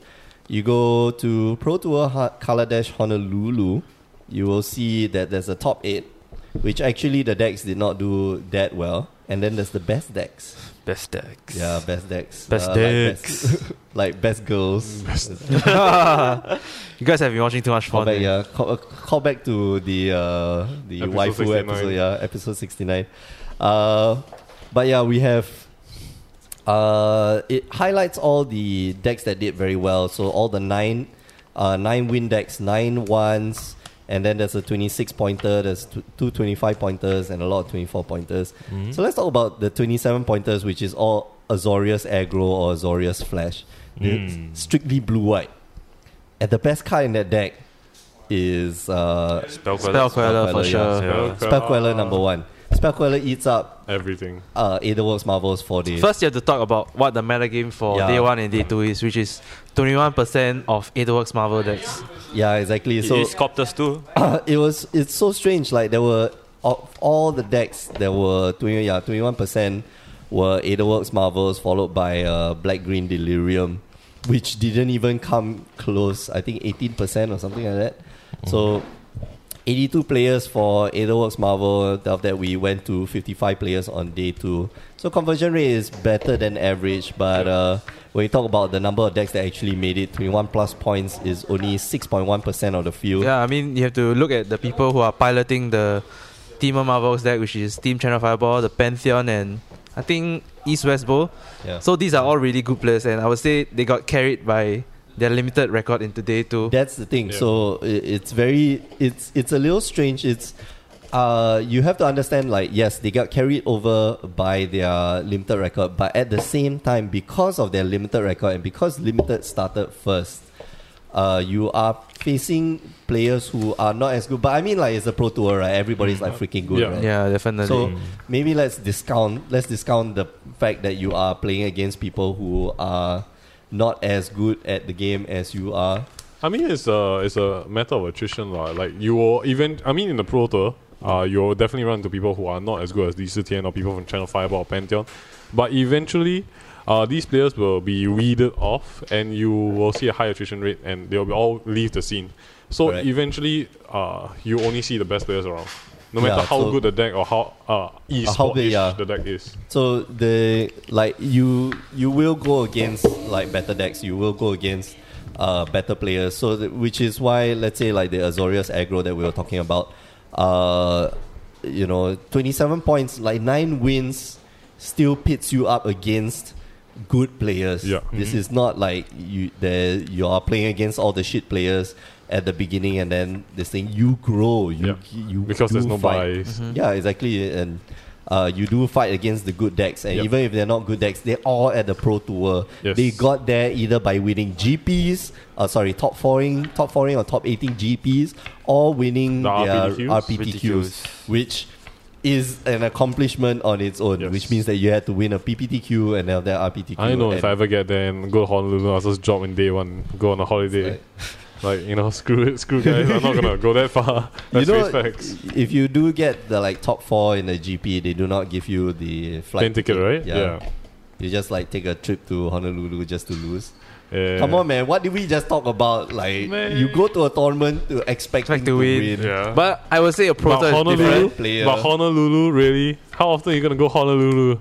S1: you go to Pro Tour ha- Color Dash Honolulu, you will see that there's a top 8, which actually the decks did not do that well. And then there's the best decks.
S2: Best decks.
S1: Yeah, best decks.
S2: Best
S1: Uh,
S2: decks.
S1: Like best, like best girls.
S4: you guys have been watching too much
S1: Call
S4: porn.
S1: back,
S4: eh?
S1: yeah. Call, uh, call back to the uh, the
S3: Episode
S1: waifu
S3: 69.
S1: episode, yeah, episode sixty nine. Uh, but yeah, we have. Uh, it highlights all the decks that did very well. So all the nine, uh, nine win decks, nine ones, and then there's a twenty six pointer, there's tw- two 25 pointers, and a lot of twenty four pointers.
S2: Mhm.
S1: So let's talk about the 27 pointers, which is all Azorius aggro or Azorius flash. It's
S2: Mm.
S1: Strictly blue white. And the best card in that deck is uh,
S2: Spell
S4: Spell Queller for
S1: Queller, yeah.
S4: sure.
S2: Yeah.
S1: Spell Queller number one. Spell Queller eats up
S3: uh, Everything.
S1: uh, Aetherworks Marvels for the.
S4: First, you have to talk about what the meta game for
S1: Yeah.
S4: day one and day two is, which is 21% of Aetherworks Marvel decks.
S1: Yeah, exactly.
S2: So,
S1: So
S2: is Sculptors too?
S1: Uh, it was. It's so strange. Like there were of all the decks, there were 20, yeah, 21 percent were Aetherworks Marvels, followed by uh, Black Green Delirium, which didn't even come close. I think 18 percent or something like that.
S4: Mm-hmm.
S1: So. 82 players for Aetherworks Marvel. After that, we went to 55 players on day two. So conversion rate is better than average, but uh, when you talk about the number of decks that actually made it, 21 plus points is only 6.1% of the field.
S4: Yeah, I mean, you have to look at the people who are piloting the Team of Marvels deck, which is Team Channel Fireball, the Pantheon, and I think East West Bowl.
S1: Yeah.
S4: So these are all really good players, and I would say they got carried by their limited record into day two.
S1: That's the thing.
S3: Yeah.
S1: So i- it's very it's it's a little strange. It's uh you have to understand like yes, they got carried over by their limited record, but at the same time because of their limited record and because limited started first, uh you are facing players who are not as good. But I mean like it's a pro tour, right? Everybody's like freaking good,
S3: Mm-hmm. Yeah.
S1: right?
S4: yeah, definitely.
S1: So maybe let's discount let's discount the fact that you are playing against people who are not as good at the game as you are.
S3: I mean, it's a it's a matter of attrition, lah. Like you will even. I mean, in the pro tour, uh, you'll definitely run into people who are not as good as Lee Sitien or people from Channel Fireball or Pantheon, but eventually, uh, these players will be weeded off, and you will see a high attrition rate, and they'll be all leave the scene. So
S1: Correct.
S3: eventually, uh, you only see the best players around. No matter
S1: Yeah,
S3: how
S1: so-
S3: good the deck or how uh, e
S1: how big, yeah.
S3: the deck is.
S1: So the like you you will go against like better decks. You will go against uh, better players. So th- which is why let's say like the Azorius aggro that we were talking about. Uh, you know, twenty seven points, like nine wins, still pits you up against good players.
S3: Yeah. Mm-hmm.
S1: This is not like you there you are playing against all the shit players at the beginning, and then this thing you grow. You
S3: Yeah.
S1: you
S3: Because there's
S1: do
S3: no
S1: fight.
S3: buys.
S1: Yeah, exactly. And uh, you do fight against the good decks, and
S3: Yep.
S1: even if they're not good decks, they're all at the pro tour.
S3: Yes.
S1: They got there either by winning GPs, uh, sorry, top fouring, top fouring or top eighteen GPs, or winning
S3: The
S1: their
S3: RPTQs?
S1: RPTQs, which is an accomplishment on its own.
S3: Yes.
S1: Which means that you had to win a PPTQ and now their RPTQ.
S3: I know if
S1: and-
S3: I ever get there and go to Honolulu, I'll just drop in day one, go on a holiday.
S1: Right.
S3: Like, you know, screw it, screw guys. I'm not gonna go that far. That's face facts.
S1: if you do get the like top four in the GP, they do not give you the flight
S3: Plane ticket, right?
S1: yeah. You just like take a trip to Honolulu just to lose.
S3: Yeah.
S1: Come on, man. What did we just talk about? Like,
S3: Man.
S1: you go to a tournament to expect
S4: Expect to
S1: to
S4: win.
S1: win.
S3: Yeah.
S4: But I would say a proto
S3: But
S4: is
S3: Honolulu,
S4: different.
S1: player.
S3: but Honolulu, really? How often are you gonna go Honolulu?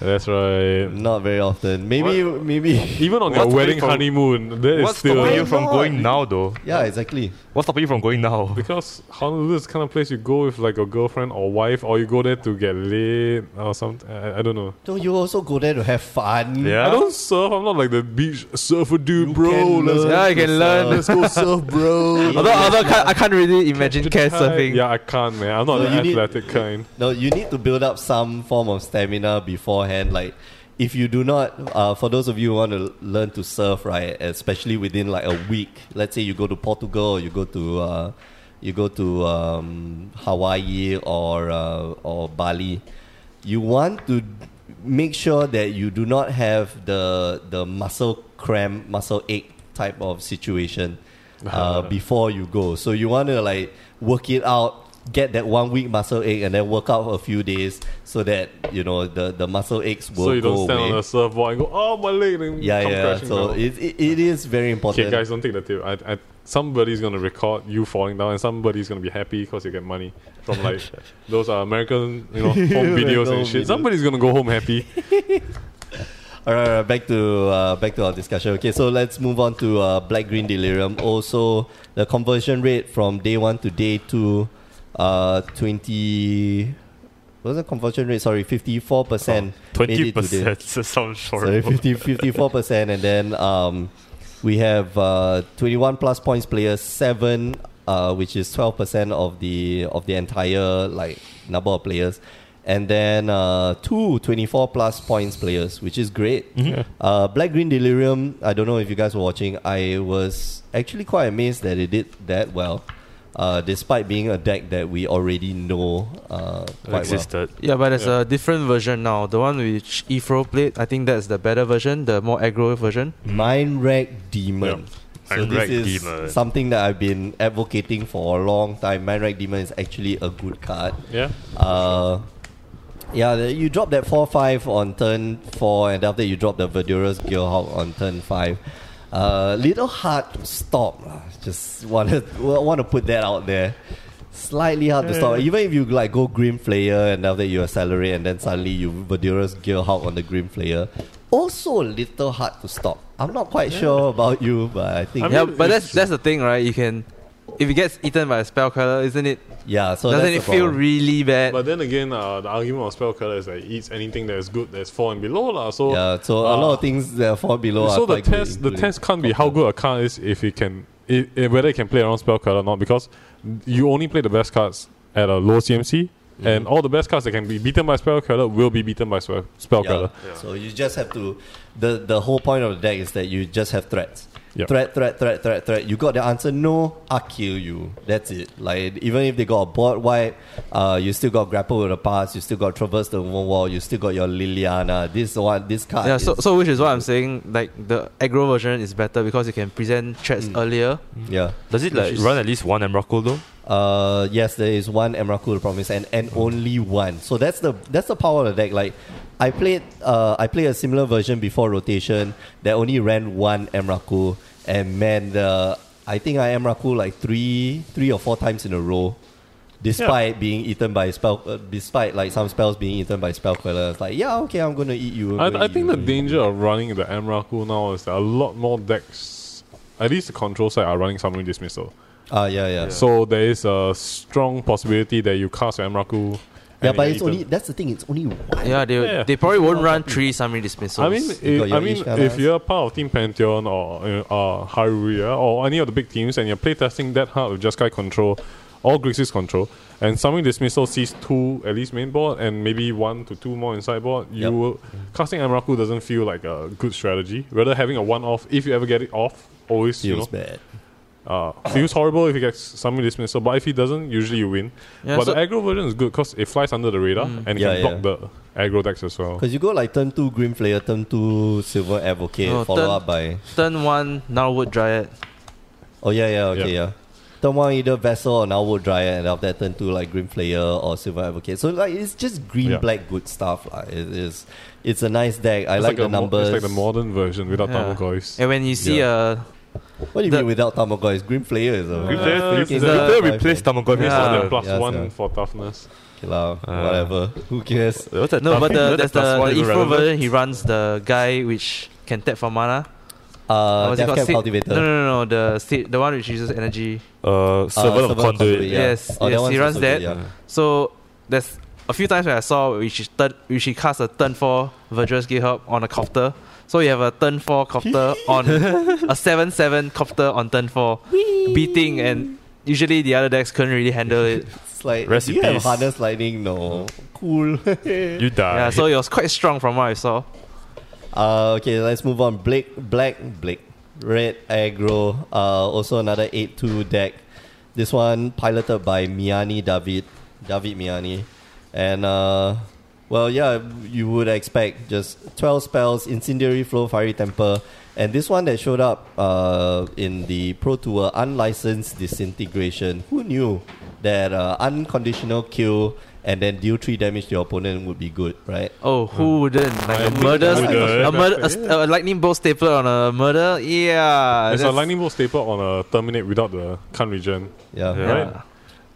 S3: That's right.
S1: Not very often. Maybe, maybe.
S3: Even on your
S2: What's
S3: wedding
S2: stopping from-
S3: honeymoon, that is
S2: What's
S3: still
S2: stopping you from
S1: Why
S2: going
S1: not?
S2: now, though?
S1: Yeah, exactly.
S2: What's stopping you from going now?
S3: because Honolulu is the kind of place you go with like a girlfriend or wife, or you go there to get laid or something. I, I don't know.
S1: No, you also go there to have fun.
S2: Yeah.
S3: I don't surf. I'm not like the beach surfer dude, bro.
S1: can
S3: Let's
S1: learn
S4: Yeah, you
S1: to
S4: can learn.
S1: surf.
S3: Let's go surf, bro.
S4: Although, although I can't, I can't really imagine cat surfing.
S3: Yeah, I can't, man. I'm not
S1: So
S3: the
S1: you need-
S3: athletic kind.
S1: No, you need to build up some form of stamina beforehand. Like, if you do not, uh, for those of you who want to learn to surf, right, especially within like a week, let's say you go to Portugal, you go to, uh, you go to um, Hawaii or uh, or Bali, you want to make sure that you do not have the the muscle cramp, muscle ache type of situation
S3: Uh-huh.
S1: uh, before you go. So you want to like work it out, get that one week muscle ache, and then work out for a few days so that you know the the muscle aches will
S3: So you don't
S1: go
S3: stand
S1: away.
S3: on a surfboard and go, oh my leg, and
S1: yeah,
S3: come
S1: yeah.
S3: crashing
S1: So
S3: down.
S1: it, it, it is very important.
S3: Okay, guys, don't take the tip. I, I, somebody's gonna record you falling down, and somebody's gonna be happy because you get money from like those uh, American, you know, home videos
S1: Home
S3: and shit.
S1: videos.
S3: Somebody's gonna go home happy.
S1: All right, all right, back to uh, back to our discussion. Okay, so let's move on to uh, black green delirium. Also, the conversion rate from day one to day two, uh, twenty. What was the conversion rate? Sorry, fifty four percent.
S2: Oh, Twenty percent. That sounds
S1: Sorry,
S2: horrible.
S1: 54 percent, and then um, we have uh, twenty one plus points players seven, uh, which is twelve percent of the of the entire like number of players. And then uh, two 24 plus points players, which is great. Uh, Black Green Delirium, I don't know if you guys were watching, I was actually quite amazed that it did that well, uh, despite being a deck that we already know uh, quite well.
S2: Existed.
S4: Yeah, but there's
S3: Yeah.
S4: a different version now. The one which Ifro played, I think that's the better version, the more aggro version.
S1: Mind Rack Demon. So
S2: Yeah. Mind
S1: this
S2: Rack
S1: is
S2: Demon.
S1: something that I've been advocating for a long time. Mind Rack Demon is actually a good card.
S3: yeah.
S1: Uh, yeah, the- you drop that 4-5 on turn 4 and after you drop the Verdurous Gearhawk on turn 5. Uh, little hard to stop. lah. Just want to want to put that out there. Slightly hard to stop. Even if you like go Grim Flayer and after you accelerate and then suddenly you Verdurous Gearhawk on the Grim Flayer. Also a little hard to stop. I'm not quite sure about you, but I think
S3: I mean,
S4: yeah, but that's
S3: it's-
S4: that's the thing, right? You can, if it gets eaten by a spell color, isn't it?
S1: yeah. So
S4: doesn't
S1: that's
S4: it
S1: the
S4: feel
S1: problem.
S4: really bad?
S3: But then again, uh, the argument of spell color is that it eats anything that is good that's four and below, lah. So
S1: Yeah, so a
S3: uh,
S1: lot
S4: Ah.
S1: of things that fall below. are
S3: So the
S1: quite good,
S3: test, the
S1: including-
S3: test can't be how good a card is if it can, i i- whether it can play around spell card or not, because you only play the best cards at a low CMC,
S1: Mm-hmm.
S3: and all the best cards that can be beaten by spell color will be beaten by spell, spell
S4: Oh,
S3: color.
S1: So you just have to. The the whole point of the deck is that you just have threats.
S3: Yep.
S1: Threat, threat, threat, threat, threat. You got the answer. No, I kill you. That's it. Like even if they got a board wipe, uh, you still got grapple with the pass. You still got traverse the woman wall. You still got your Liliana. This one, this card.
S4: yeah, so,
S1: is-
S4: so which is what I'm saying, like the aggro version is better because you can present threats
S1: Mm.
S4: earlier.
S1: yeah.
S2: Does it like
S1: Which is-
S2: run at least one Emrakul though?
S1: Uh, yes, there is one Emrakul promise and, and only one. So that's the that's the power of the deck. Like I played uh, I played a similar version before rotation that only ran one Emrakul and man the I think I Emrakul like three three or four times in a row despite being eaten by spell, uh, despite like some spells being eaten by spell quellers. Like, yeah, Mm-hmm. okay, I'm gonna eat you. I'm
S3: I,
S1: gonna
S3: I
S1: eat you,
S3: think the
S1: I'm gonna eat
S3: danger of running the Amraku now is that a lot more decks, at least the control side, are running summary dismissal.
S1: you. Ah, yeah, yeah.
S2: Yeah.
S3: So there is a strong possibility that you cast your Amraku. and
S1: Yeah,
S3: you
S1: but
S3: get
S1: it's only
S3: eaten.
S1: that's the thing. It's only one.
S4: Yeah, they
S3: Yeah.
S4: they probably won't
S1: Mm.
S4: run three summary dismissals.
S3: I mean,
S1: You got
S3: i-
S1: your
S3: I mean,
S1: Ishkaras.
S3: if you're part of Team Pantheon or you know, uh, Hyruria or any of the big teams, and you're playtesting that hard with Jeskai control or Grixis control, and summon dismissal sees two at least main board and maybe one to two more in sideboard, you
S1: Yep.
S3: will, casting Amraku doesn't feel like a good strategy. Rather having a one off, if you ever get it off, always you know
S1: Feels bad.
S3: uh, feels horrible if he gets summon dismissal, but if he doesn't, usually you win.
S4: yeah,
S3: but
S4: so-
S3: the aggro version is good because it flies under the radar
S4: Mm.
S3: and it
S1: Yeah,
S3: can
S1: yeah.
S3: block the aggro decks as well.
S1: Because you go like turn two Grim Flayer, turn two Silver Advocate,
S4: No,
S1: follow
S4: Oh, turn-
S1: up by
S4: turn one Narwood Dryad.
S1: Oh yeah, yeah, okay, yeah. Turn one either Vessel or Nowwood Dryer, and after that turn two like Grim Flayer or Silver Advocate. So like it's just green
S3: Yeah.
S1: black good stuff. Like it is, it's a nice deck. I
S3: It's
S1: like, the
S3: a mo-
S1: numbers.
S3: it's like the modern version without
S4: Yeah.
S3: Tamogoyfs.
S4: And when you see uh
S1: what do you
S4: the-
S1: mean without Tamago? It's Grim Flayer is a
S2: Grim
S3: Uh,
S2: Flayer- Grim
S1: it's
S2: Grim
S1: a-
S2: Flayer replaced Tamagoyf with
S4: Yeah.
S3: Yeah.
S2: other
S3: Then plus
S1: Yeah,
S3: one
S1: sir.
S3: for toughness.
S1: okay, lah,
S2: Uh.
S1: whatever. Who cares?
S2: What's that
S4: no,
S2: tough-
S4: but
S2: you know
S4: the
S2: that
S4: there's the,
S2: plus one
S4: the
S2: is
S4: Ifro
S2: irrelevant?
S4: version. He runs the guy which can tap for mana. What
S1: Uh,
S4: was Oh, it
S1: Death
S4: called?
S1: Camp
S4: Sa-
S1: Cultivator.
S4: No, no, no, no. The sta- the one which uses energy.
S2: Uh, Servant of
S1: Servant of
S2: Conduit.
S1: Conduit,
S2: yeah.
S1: Yeah.
S4: Yes,
S1: Oh, that
S4: yes.
S1: one's
S4: He runs
S1: also
S4: that.
S1: good, yeah.
S4: So there's a few times when I saw which is turn which he cast a turn four Virtuous Gihub on a copter. So you have a turn four copter on a seven seven copter on turn four beating and usually the other decks couldn't really handle it.
S1: It's like
S2: Rest
S1: do
S2: in
S1: you have
S2: peace.
S1: harness lightning? No, cool.
S2: You die.
S4: yeah, so it was quite strong from what I saw.
S1: Uh, okay, let's move on. Blake, black, Blake, red aggro. Uh, also another eight two deck. This one piloted by Miani David, David Miani, and uh, well, yeah, you would expect just twelve spells, incendiary flow, fiery temper, and this one that showed up uh, in the Pro Tour, unlicensed disintegration. Who knew that uh, unconditional kill and then deal three damage to your opponent would be good, right?
S4: Oh, who wouldn't? Like
S3: I
S4: a
S3: think
S4: murder,
S3: that's
S4: a,
S3: wouldn't.
S4: murder a, st- a lightning bolt stapler on a murder? Yeah.
S3: It's a
S4: that's-
S3: lightning bolt staple on a terminate without the can regen.
S1: Yeah.
S4: yeah. Oh,
S3: right?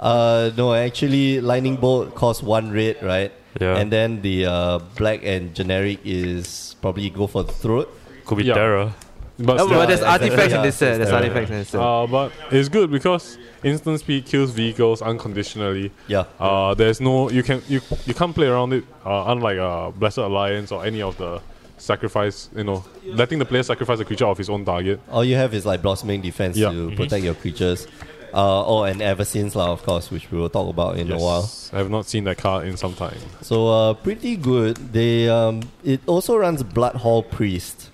S1: Uh, no, actually, lightning bolt costs one red, right?
S2: Yeah.
S1: And then the uh, black and generic is probably go for throat.
S2: Could be
S3: Yeah.
S2: Terra.
S3: But,
S4: Oh,
S3: still-
S4: but there's
S1: Yeah, exactly.
S4: artifacts in
S1: Yeah,
S4: this set. There's
S1: yeah.
S4: artifacts in this set.
S3: uh, but it's good because instant speed kills vehicles unconditionally.
S1: Yeah.
S3: Uh, there's no you can you you can't play around it. Uh, unlike uh, Blessed Alliance or any of the sacrifice, you know, letting the player sacrifice a creature of his own target.
S1: All you have is like blossoming defense
S3: Yeah.
S1: to protect your creatures. Uh, oh, and ever since, lah, of course, which we will talk about in a while.
S3: I have not seen that card in some time.
S1: So, uh, pretty good. They um, it also runs Blood Hall Priest.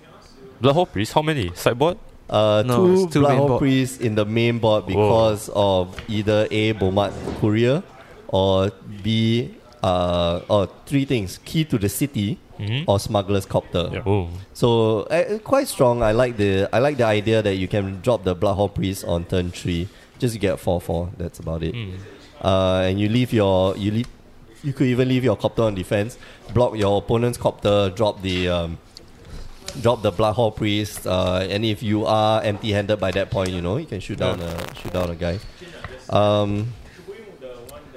S2: Blood Hall Priest, how many? Sideboard?
S1: Uh,
S4: No,
S1: two,
S4: it's two
S1: Blood
S4: main
S1: Hall
S4: board.
S1: Priests in the main board because of either A. Bomat Courier or B. Uh, or three things Key to the City or Smuggler's Copter.
S3: Yeah.
S2: Oh.
S1: So uh, uh, quite strong. I like the I like the idea that you can drop the Blood Hall Priest on turn three, just to get four four. That's about it. Uh, and you leave your you leave you could even leave your copter on defense, block your opponent's copter, drop the um, drop the Blood Hall Priest, uh, and if you are empty handed by that point, you know you can shoot down a shoot down a guy. Um,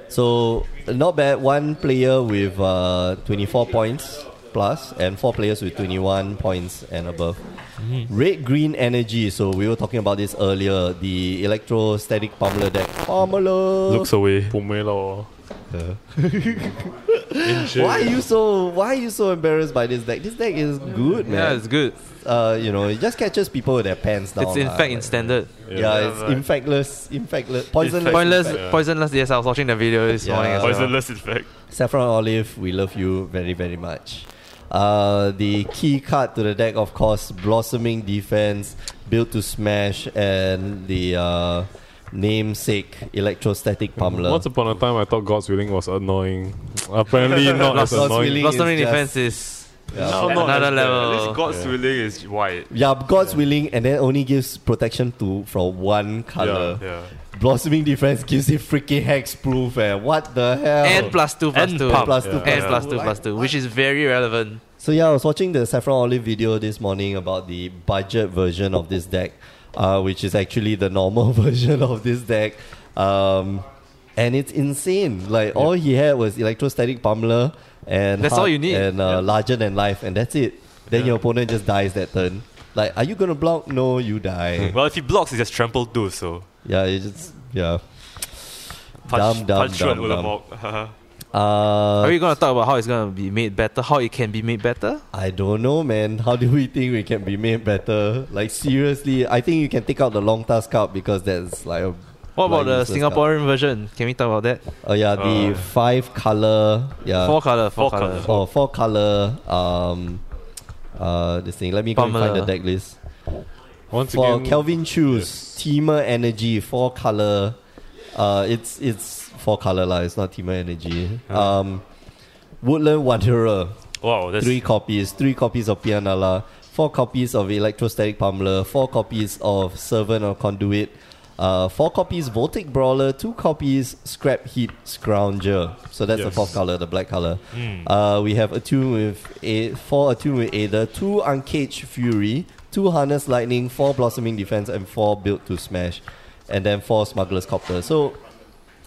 S1: so not bad. One player with uh, 24 points plus, and four players with 21 points and above.
S4: Mm-hmm.
S1: Red green energy. So we were talking about this earlier. The electrostatic pummeler deck. Pummeler.
S2: Looks away.
S3: Pumelo.
S1: why are you so Why are you so embarrassed by this deck? This deck is good,
S4: Yeah,
S1: man.
S4: it's good.
S1: Uh, you know, it just catches people with their pants down. ah,
S4: It's in
S1: lah.
S4: fact in standard.
S1: Yeah, it's infectless, infectless, poisonless.
S4: Pointless,
S3: Yeah.
S4: poisonless. Yes, I was watching the video this
S1: Yeah.
S4: morning. As well.
S2: Poisonless, in fact.
S1: Saffron Olive, we love you very, very much. Uh, the key card to the deck, of course, Blossoming Defense, Build to Smash, and the uh, namesake Electrostatic Pummeler.
S3: Once upon a time, I thought God's Willing was annoying. Apparently, not as
S1: God's
S3: annoying.
S1: Willing
S4: Lost
S1: is
S4: Domain
S1: just-
S4: Defense is
S1: Yeah.
S3: No, no,
S4: another level.
S2: At least God's willing is wide.
S1: Yeah, God's Willing, and then only gives protection to from one color.
S2: Yeah.
S1: Blossoming Defense gives it freaking hexproof, eh? What the hell?
S4: and plus two plus
S2: And
S4: two.
S2: pump.
S1: Plus two,
S3: Yeah.
S1: plus
S4: And
S1: two.
S4: plus two plus two, which is very relevant.
S1: So yeah, I was watching the Saffron Olive video this morning about the budget version of this deck, uh, which is actually the normal version of this deck. Um, and it's insane. Like all he had was electrostatic pummeler and
S4: That's
S1: hard-
S4: all you need.
S1: and uh,
S4: Yeah.
S1: larger than life, and that's it. Then
S2: Yeah.
S1: your opponent just dies that turn. Like, are you gonna block? No, you die.
S2: Well, if he blocks, he just trampled too, so.
S1: yeah, you just yeah.
S2: Punch,
S1: Dumb, dumb,
S2: punch through
S1: dumb,
S2: an
S1: dumb.
S2: Ulamog.
S1: Uh,
S4: Are we gonna talk about how it's gonna be made better? How it can be made better?
S1: I don't know, man. How do we think we can be made better? Like seriously, I think you can take out the long task out because that's like a,
S4: What about
S1: Like
S4: the
S1: useless card.
S4: Singaporean version? Can we talk about that?
S1: oh yeah the
S2: Uh.
S1: five color yeah
S4: Four color, four,
S2: Four
S4: color.
S2: colour.
S1: oh, four color um uh this thing. Let me go and find the
S4: Pamela.
S1: deck list
S3: Once
S1: for
S3: again,
S1: Kelvin Choose Teamer Energy four color. Uh, it's it's four color lah. It's not Teamer Energy. Um, Woodland Wanderer.
S2: Wow, that's.
S1: three copies, three copies of Pianala, four copies of Electrostatic Pummeler, four copies of Servant or Conduit, uh, four copies Voltic Brawler, two copies Scrap Heat Scrounger. So that's the
S3: Yes.
S1: fourth color, the black color.
S2: Hmm.
S1: Uh, we have attune with a four attune with Aether, two uncaged Fury, two harness lightning, four blossoming defense, and four built to smash, and then four smuggler's copter. So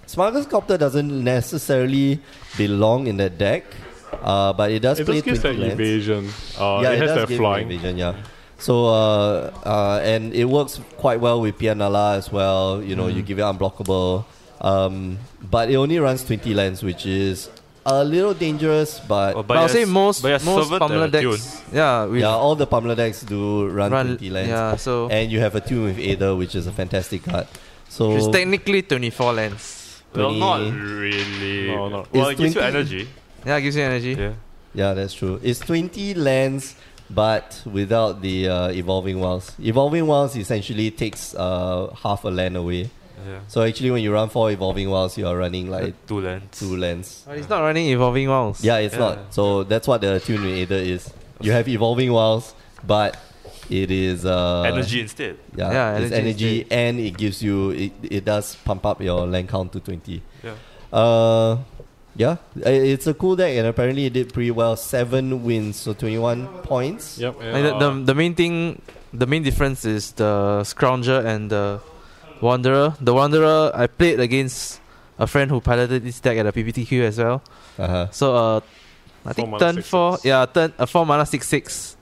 S1: smuggler's copter doesn't necessarily belong in that deck, uh, but it does
S3: it
S1: play
S3: just gives that
S1: 20 lands.
S3: evasion. Uh,
S1: yeah,
S3: it has
S1: does
S3: that
S1: give
S3: flying.
S1: evasion, yeah. So uh, uh, and it works quite well with Pianala as well. You know, you
S3: Mm.
S1: give it unblockable, um, but it only runs twenty lands, which is a little dangerous, but
S2: Oh,
S4: But, I'll
S2: yes-
S4: say most
S2: but yes,
S4: most
S2: servant uh, and
S4: Pamela
S2: attune.
S4: decks. Yeah, we
S1: yeah, all the Pamela decks do run,
S4: run.
S1: 20 lands.
S4: Yeah, so
S1: And you have a tune with Aether, which is a fantastic card. So
S4: it's technically twenty four lands.
S2: Well, not
S1: 20.
S2: really.
S3: No, not-
S2: Well,
S1: It's
S2: it gives you
S1: 20.
S2: energy.
S4: Yeah, gives you energy.
S2: Yeah.
S1: yeah, that's true. It's 20 lands, but without the uh, Evolving Wilds. Evolving Wilds essentially takes uh, half a land away.
S2: Yeah.
S1: So actually, when you run four Evolving Wilds, you are running like
S2: two lands.
S1: two lands.
S4: But it's not running evolving wounds.
S1: Yeah, it's
S2: Yeah.
S1: not. So that's what the tune with Aether is. You have Evolving Wilds, but it is uh,
S2: energy instead.
S1: Yeah,
S4: Yeah,
S1: it's
S4: energy
S1: energy,
S4: is
S1: and it gives you it, it does pump up your land count to twenty.
S2: Yeah.
S1: Uh, yeah, i- it's a cool deck, and apparently it did pretty well. Seven wins, so twenty-one points.
S3: Yep. and,
S4: Like the,
S3: uh,
S4: the, the main thing, the main difference is the Scrounger and the Wanderer. The Wanderer, I played against a friend who piloted this deck at a PPTQ as well.
S1: Uh-huh.
S4: So, uh,
S3: Four
S4: I think
S3: mana,
S4: turn
S3: six,
S4: four,
S3: six.
S4: yeah, turn a four mana six six.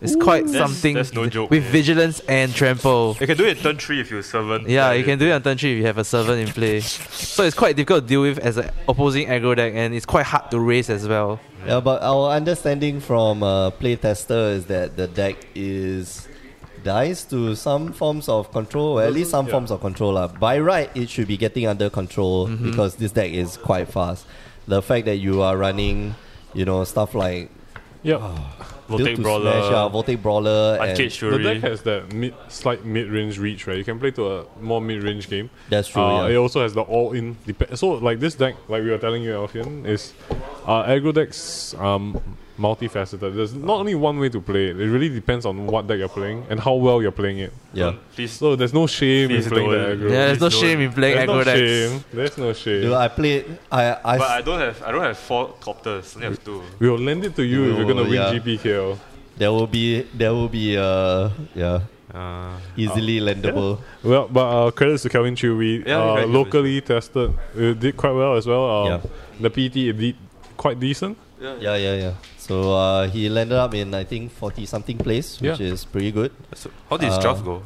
S4: It's quite
S2: That's-
S4: something
S2: that's no joke,
S4: with
S2: yeah.
S4: vigilance and trample.
S2: You can do it in turn three if you servant.
S4: Yeah,
S2: uh,
S4: you can do it on turn three if you have a servant in play. So it's quite difficult to deal with as an opposing aggro deck, and it's quite hard to raise as well.
S1: Yeah, but our understanding from uh, playtester is that the deck is dies to some forms of control, or at least some
S3: Yeah.
S1: forms of control. lah. By right, it should be getting under control
S2: Mm-hmm.
S1: because this deck is quite fast. The fact that you are running, you know, stuff like
S3: yep.
S1: Oh. Build
S2: Voltaic
S1: to
S2: Brawler.
S1: Smash, yeah, Voltaic Brawler, and-
S2: Uncaged
S3: The
S2: Fury.
S3: deck has that mid, slight mid-range reach, right? You can play to a more mid-range game.
S1: That's true.
S3: Uh, It
S1: yeah.
S3: also has the all-in. Dep- so, like this deck, like we were telling you, Alfian, is uh, aggro decks um, multifaceted. There's not only one way to play it. It really depends on what deck you're playing and how well you're playing it.
S1: yeah.
S2: Please.
S3: So there's no shame
S2: Please
S3: in playing the
S2: don't.
S3: aggro.
S4: Yeah, there's no
S2: There's no-
S4: shame in playing
S3: there's no
S4: aggro decks.
S3: shame. There's no shame.
S1: Dude, I played. I I,
S2: But I don't have I don't have four copters. I only have two.
S3: We'll lend it to you if you're gonna
S1: Oh,
S3: win
S1: yeah.
S3: GPKL.
S1: there will be there will be uh yeah
S2: Uh,
S1: easily lendable.
S3: Well, but uh, credits to Kelvin Chew. We
S2: Yeah,
S3: uh,
S2: right,
S3: locally tested. It did quite well as well. Um,
S1: Yeah.
S3: The PT it did quite decent.
S1: Yeah, yeah, yeah. So uh, he landed up in I think forty something place, which
S3: Yeah.
S1: is pretty good.
S2: so how did his
S1: Uh,
S2: draft go?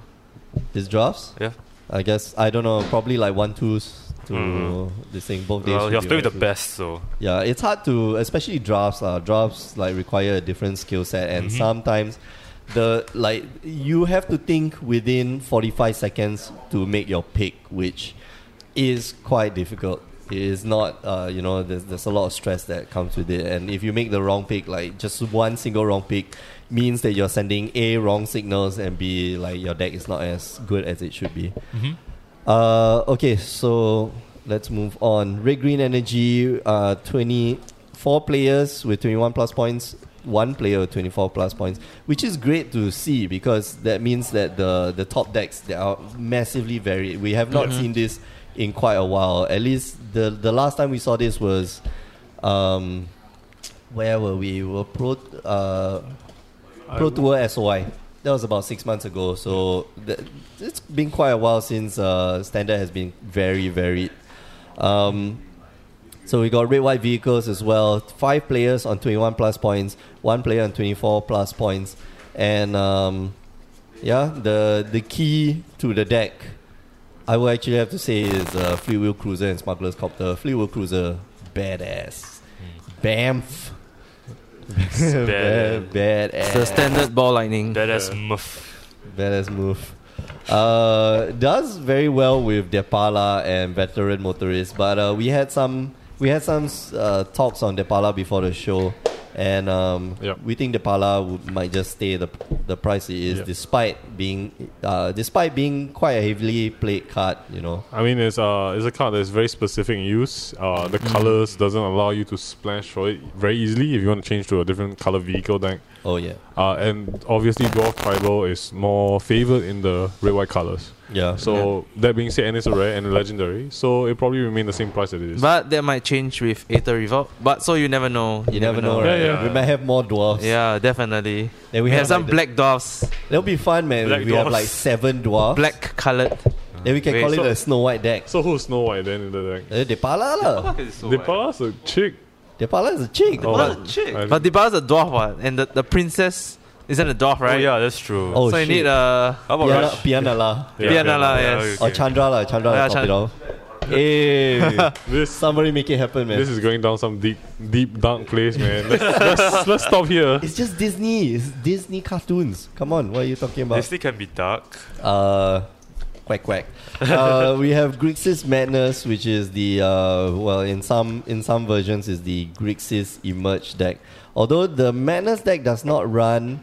S1: His drafts,
S2: Yeah.
S1: I guess I don't know, probably like one twos to this thing both days. should
S2: Mm-hmm. Well, he was
S1: be
S2: playing with the
S1: one-twos.
S2: best, so
S1: Yeah, it's hard to, especially drafts. Uh, drafts like require a different skill set, and sometimes the like you have to think within forty five seconds to make your pick, which is quite difficult. It is not, uh, you know, there's there's a lot of stress that comes with it, and if you make the wrong pick, like just one single wrong pick, means that you're sending a wrong signals and b like your deck is not as good as it should be. Uh, okay, so let's move on. Red Green Energy, uh, 24 players with 21 plus points, one player with 24 plus points, which is great to see because that means that the, the top decks they are massively varied. We have not seen this in quite a while. At least the, the last time we saw this was. Um, where were we? We were pro, uh, pro Tour SOI. That was about six months ago. So th- it's been quite a while since uh, standard has been very varied. Um, so we got red white vehicles as well. Five players on 21 plus points, one player on 24 plus points, and um, yeah, the the key to the deck, I will actually have to say is uh, Free Will Cruiser and Smuggler's Copter. Free Will Cruiser, badass, bamf,
S2: Bad.
S1: badass,
S4: It's the standard ball lightning.
S2: Badass
S3: Yeah.
S2: muff.
S1: Badass move. Uh, does very well with Depala and veteran motorists, but uh, we had some we had some uh, talks on Depala before the show, and um,
S3: Yep.
S1: we think Depala would, might just stay the the price it is,
S3: Yep.
S1: despite being uh, despite being quite a heavily played card. You know,
S3: I mean, it's uh, it's a card that's very specific in use. Uh, the colors doesn't allow you to splash for it very easily if you want to change to a different color vehicle deck.
S1: oh yeah,
S3: Uh, and obviously, Dwarf Tribal is more favored in the red white colors.
S1: yeah.
S3: So that being said, and it's a rare and a legendary, so it probably remain the same price that it is.
S4: But that might change with Aether Revolt. But so you never know.
S1: You never know,
S3: Yeah,
S1: right?
S3: yeah.
S1: We might have more dwarves.
S4: Yeah, definitely.
S1: Then
S4: We, have some
S1: like,
S4: black dwarfs,
S1: the- That'll be fun, man.
S2: black
S1: we have
S2: dwarves.
S1: like seven dwarves.
S4: black colored.
S1: Then we can
S4: Wait,
S1: call it
S4: so-
S1: a Snow White deck.
S3: so who's Snow White then in the deck?
S1: Uh, Depala lah.
S3: They pass a chick.
S1: Depala is a chick.
S3: Oh,
S1: Depala-
S4: What a chick!
S3: I-
S4: But Dibala's a dwarf one, and the, the princess isn't a dwarf,
S2: Oh
S4: right?
S2: yeah, that's true.
S1: Oh,
S4: so
S1: shit.
S4: you need uh, a
S2: How about
S1: Piana,
S2: Rush?
S1: Piana lah.
S3: Yeah,
S4: Piana lah,
S2: yeah,
S4: yes.
S1: Or
S2: okay.
S1: Chandra lah. Chandra
S4: Yeah,
S1: lah. top
S4: Chan-
S1: it off. Hey,
S3: This
S1: somebody make it happen, man.
S3: this is going down some deep deep dark place, man. Let's, let's, let's stop here.
S1: it's just Disney. It's Disney cartoons. Come on, what are you talking about?
S2: Disney can be dark.
S1: Uh, quack quack. Uh, we have Grixis Madness, which is the uh, well in some in some versions is the Grixis Emerge deck. Although the Madness deck does not run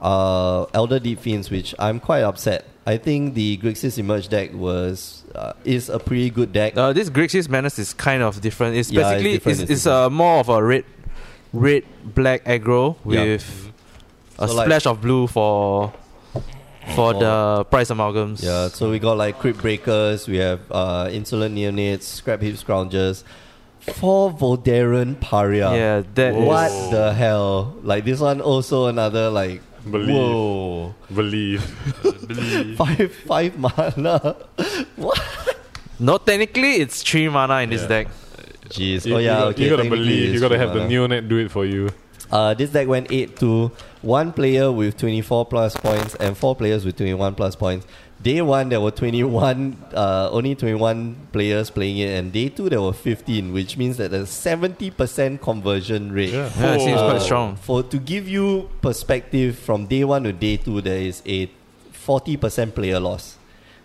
S1: uh, Elder Deep Fiends, which I'm quite upset. I think the Grixis Emerge deck was uh, is a pretty good deck.
S4: Uh, this Grixis Madness is kind of different. It's
S1: Yeah, it's
S4: basically it's,
S1: different,
S4: it's,
S1: it's
S4: uh, more of a red, red black aggro with a
S1: Mm-hmm. So like-
S4: splash of blue for for
S1: For-
S4: the price amalgams.
S1: Yeah, so we got like Crypt Breakers, we have uh, Insolent Neonates, Scrap Heap Scroungers, for Voldaren Paria.
S4: yeah, that is-
S1: what
S2: is-
S1: the hell? Like this one also another like
S3: Believe.
S1: whoa
S3: Believe.
S1: five five mana.
S4: No, technically it's three mana in this
S3: Yeah.
S4: deck.
S1: Jeez,
S3: You-
S1: oh
S3: you
S1: yeah,
S3: gotta-
S1: okay,
S3: you gotta
S1: technically
S3: believe.
S1: it's
S3: You gotta
S1: three
S3: have the
S1: mana.
S3: neonet do it for you.
S1: Uh, this deck went 8 to 1 player with 24 plus points and 4 players with 21 plus points. Day 1, there were 21, uh, only 21 players playing it, and day 2, there were 15, which means that there's 70% conversion rate.
S3: Yeah.
S4: Yeah, it seems
S1: Uh,
S4: quite strong.
S1: For to give you perspective, from day one to day two, there is a forty percent player loss.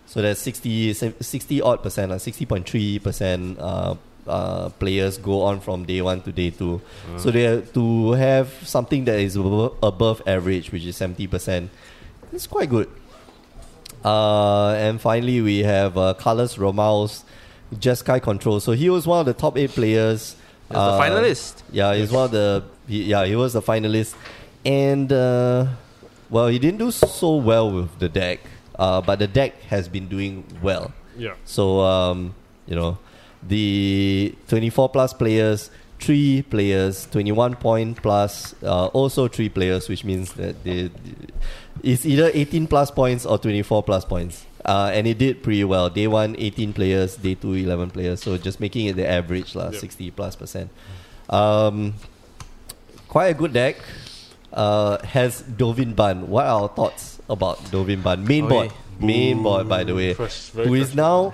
S1: So there's 60, 60 odd percent, like sixty point three percent uh, uh, players go on from day one to day two.
S4: Mm.
S1: So they have to have something that is abo- above average, which is seventy percent. It's quite good. Uh, and finally, we have uh, Carlos Romaus, Jeskai Control. So he was one of the top eight players.
S4: It's
S1: uh,
S4: the finalist.
S1: yeah, he's one of the he, yeah he was the finalist, and uh, well he didn't do so well with the deck, uh, but the deck has been doing well.
S3: Yeah.
S1: So um, you know, the twenty-four plus players, three players, twenty-one point plus, uh, also three players, which means that they, it's either eighteen plus points or twenty-four plus points. Uh, and it did pretty well. Day one, 18 players. Day two, 11 players. So just making it the average, lah,
S3: Yep.
S1: 60 plus percent. Um, quite a good deck. Uh, has Dovin Ban. What are our thoughts about Dovin Ban? Main
S4: Oi.
S1: board. Main board, by the way
S3: Crush- very
S1: who is
S3: crush-
S1: now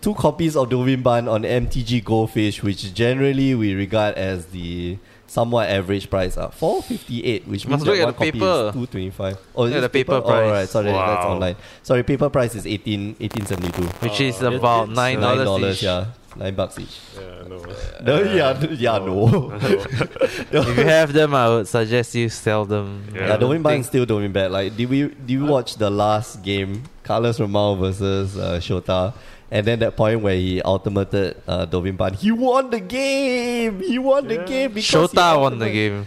S1: two copies of Dovin Ban on MTG Goldfish, which generally we regard as the somewhat average price uh, 458 which means
S4: Must
S1: that
S4: look at
S1: one
S4: the
S1: copy
S4: paper.
S1: is 225 oh is
S4: Yeah,
S1: this
S4: the paper price.
S1: oh, right sorry that's
S2: Wow.
S1: online sorry paper price is 18 1872
S4: Which is
S2: Uh,
S4: about
S2: it's
S4: nine
S1: nine
S4: dollars
S1: dollars
S4: each.
S1: yeah nine bucks each
S3: Yeah, no.
S1: no yeah yeah no
S4: if you have them, I would suggest you sell them.
S2: Yeah.
S1: yeah,
S4: I
S1: yeah
S4: don't
S1: Dovin Ban
S4: think-
S1: still Dovin bad like did we did we watch the last game Carlos Romao versus uh, Shota and then that point where he ultimated uh, Dovin Ban he won the game he won the
S3: Yeah.
S1: game because he
S4: Shota won the
S1: ultimated-
S4: game.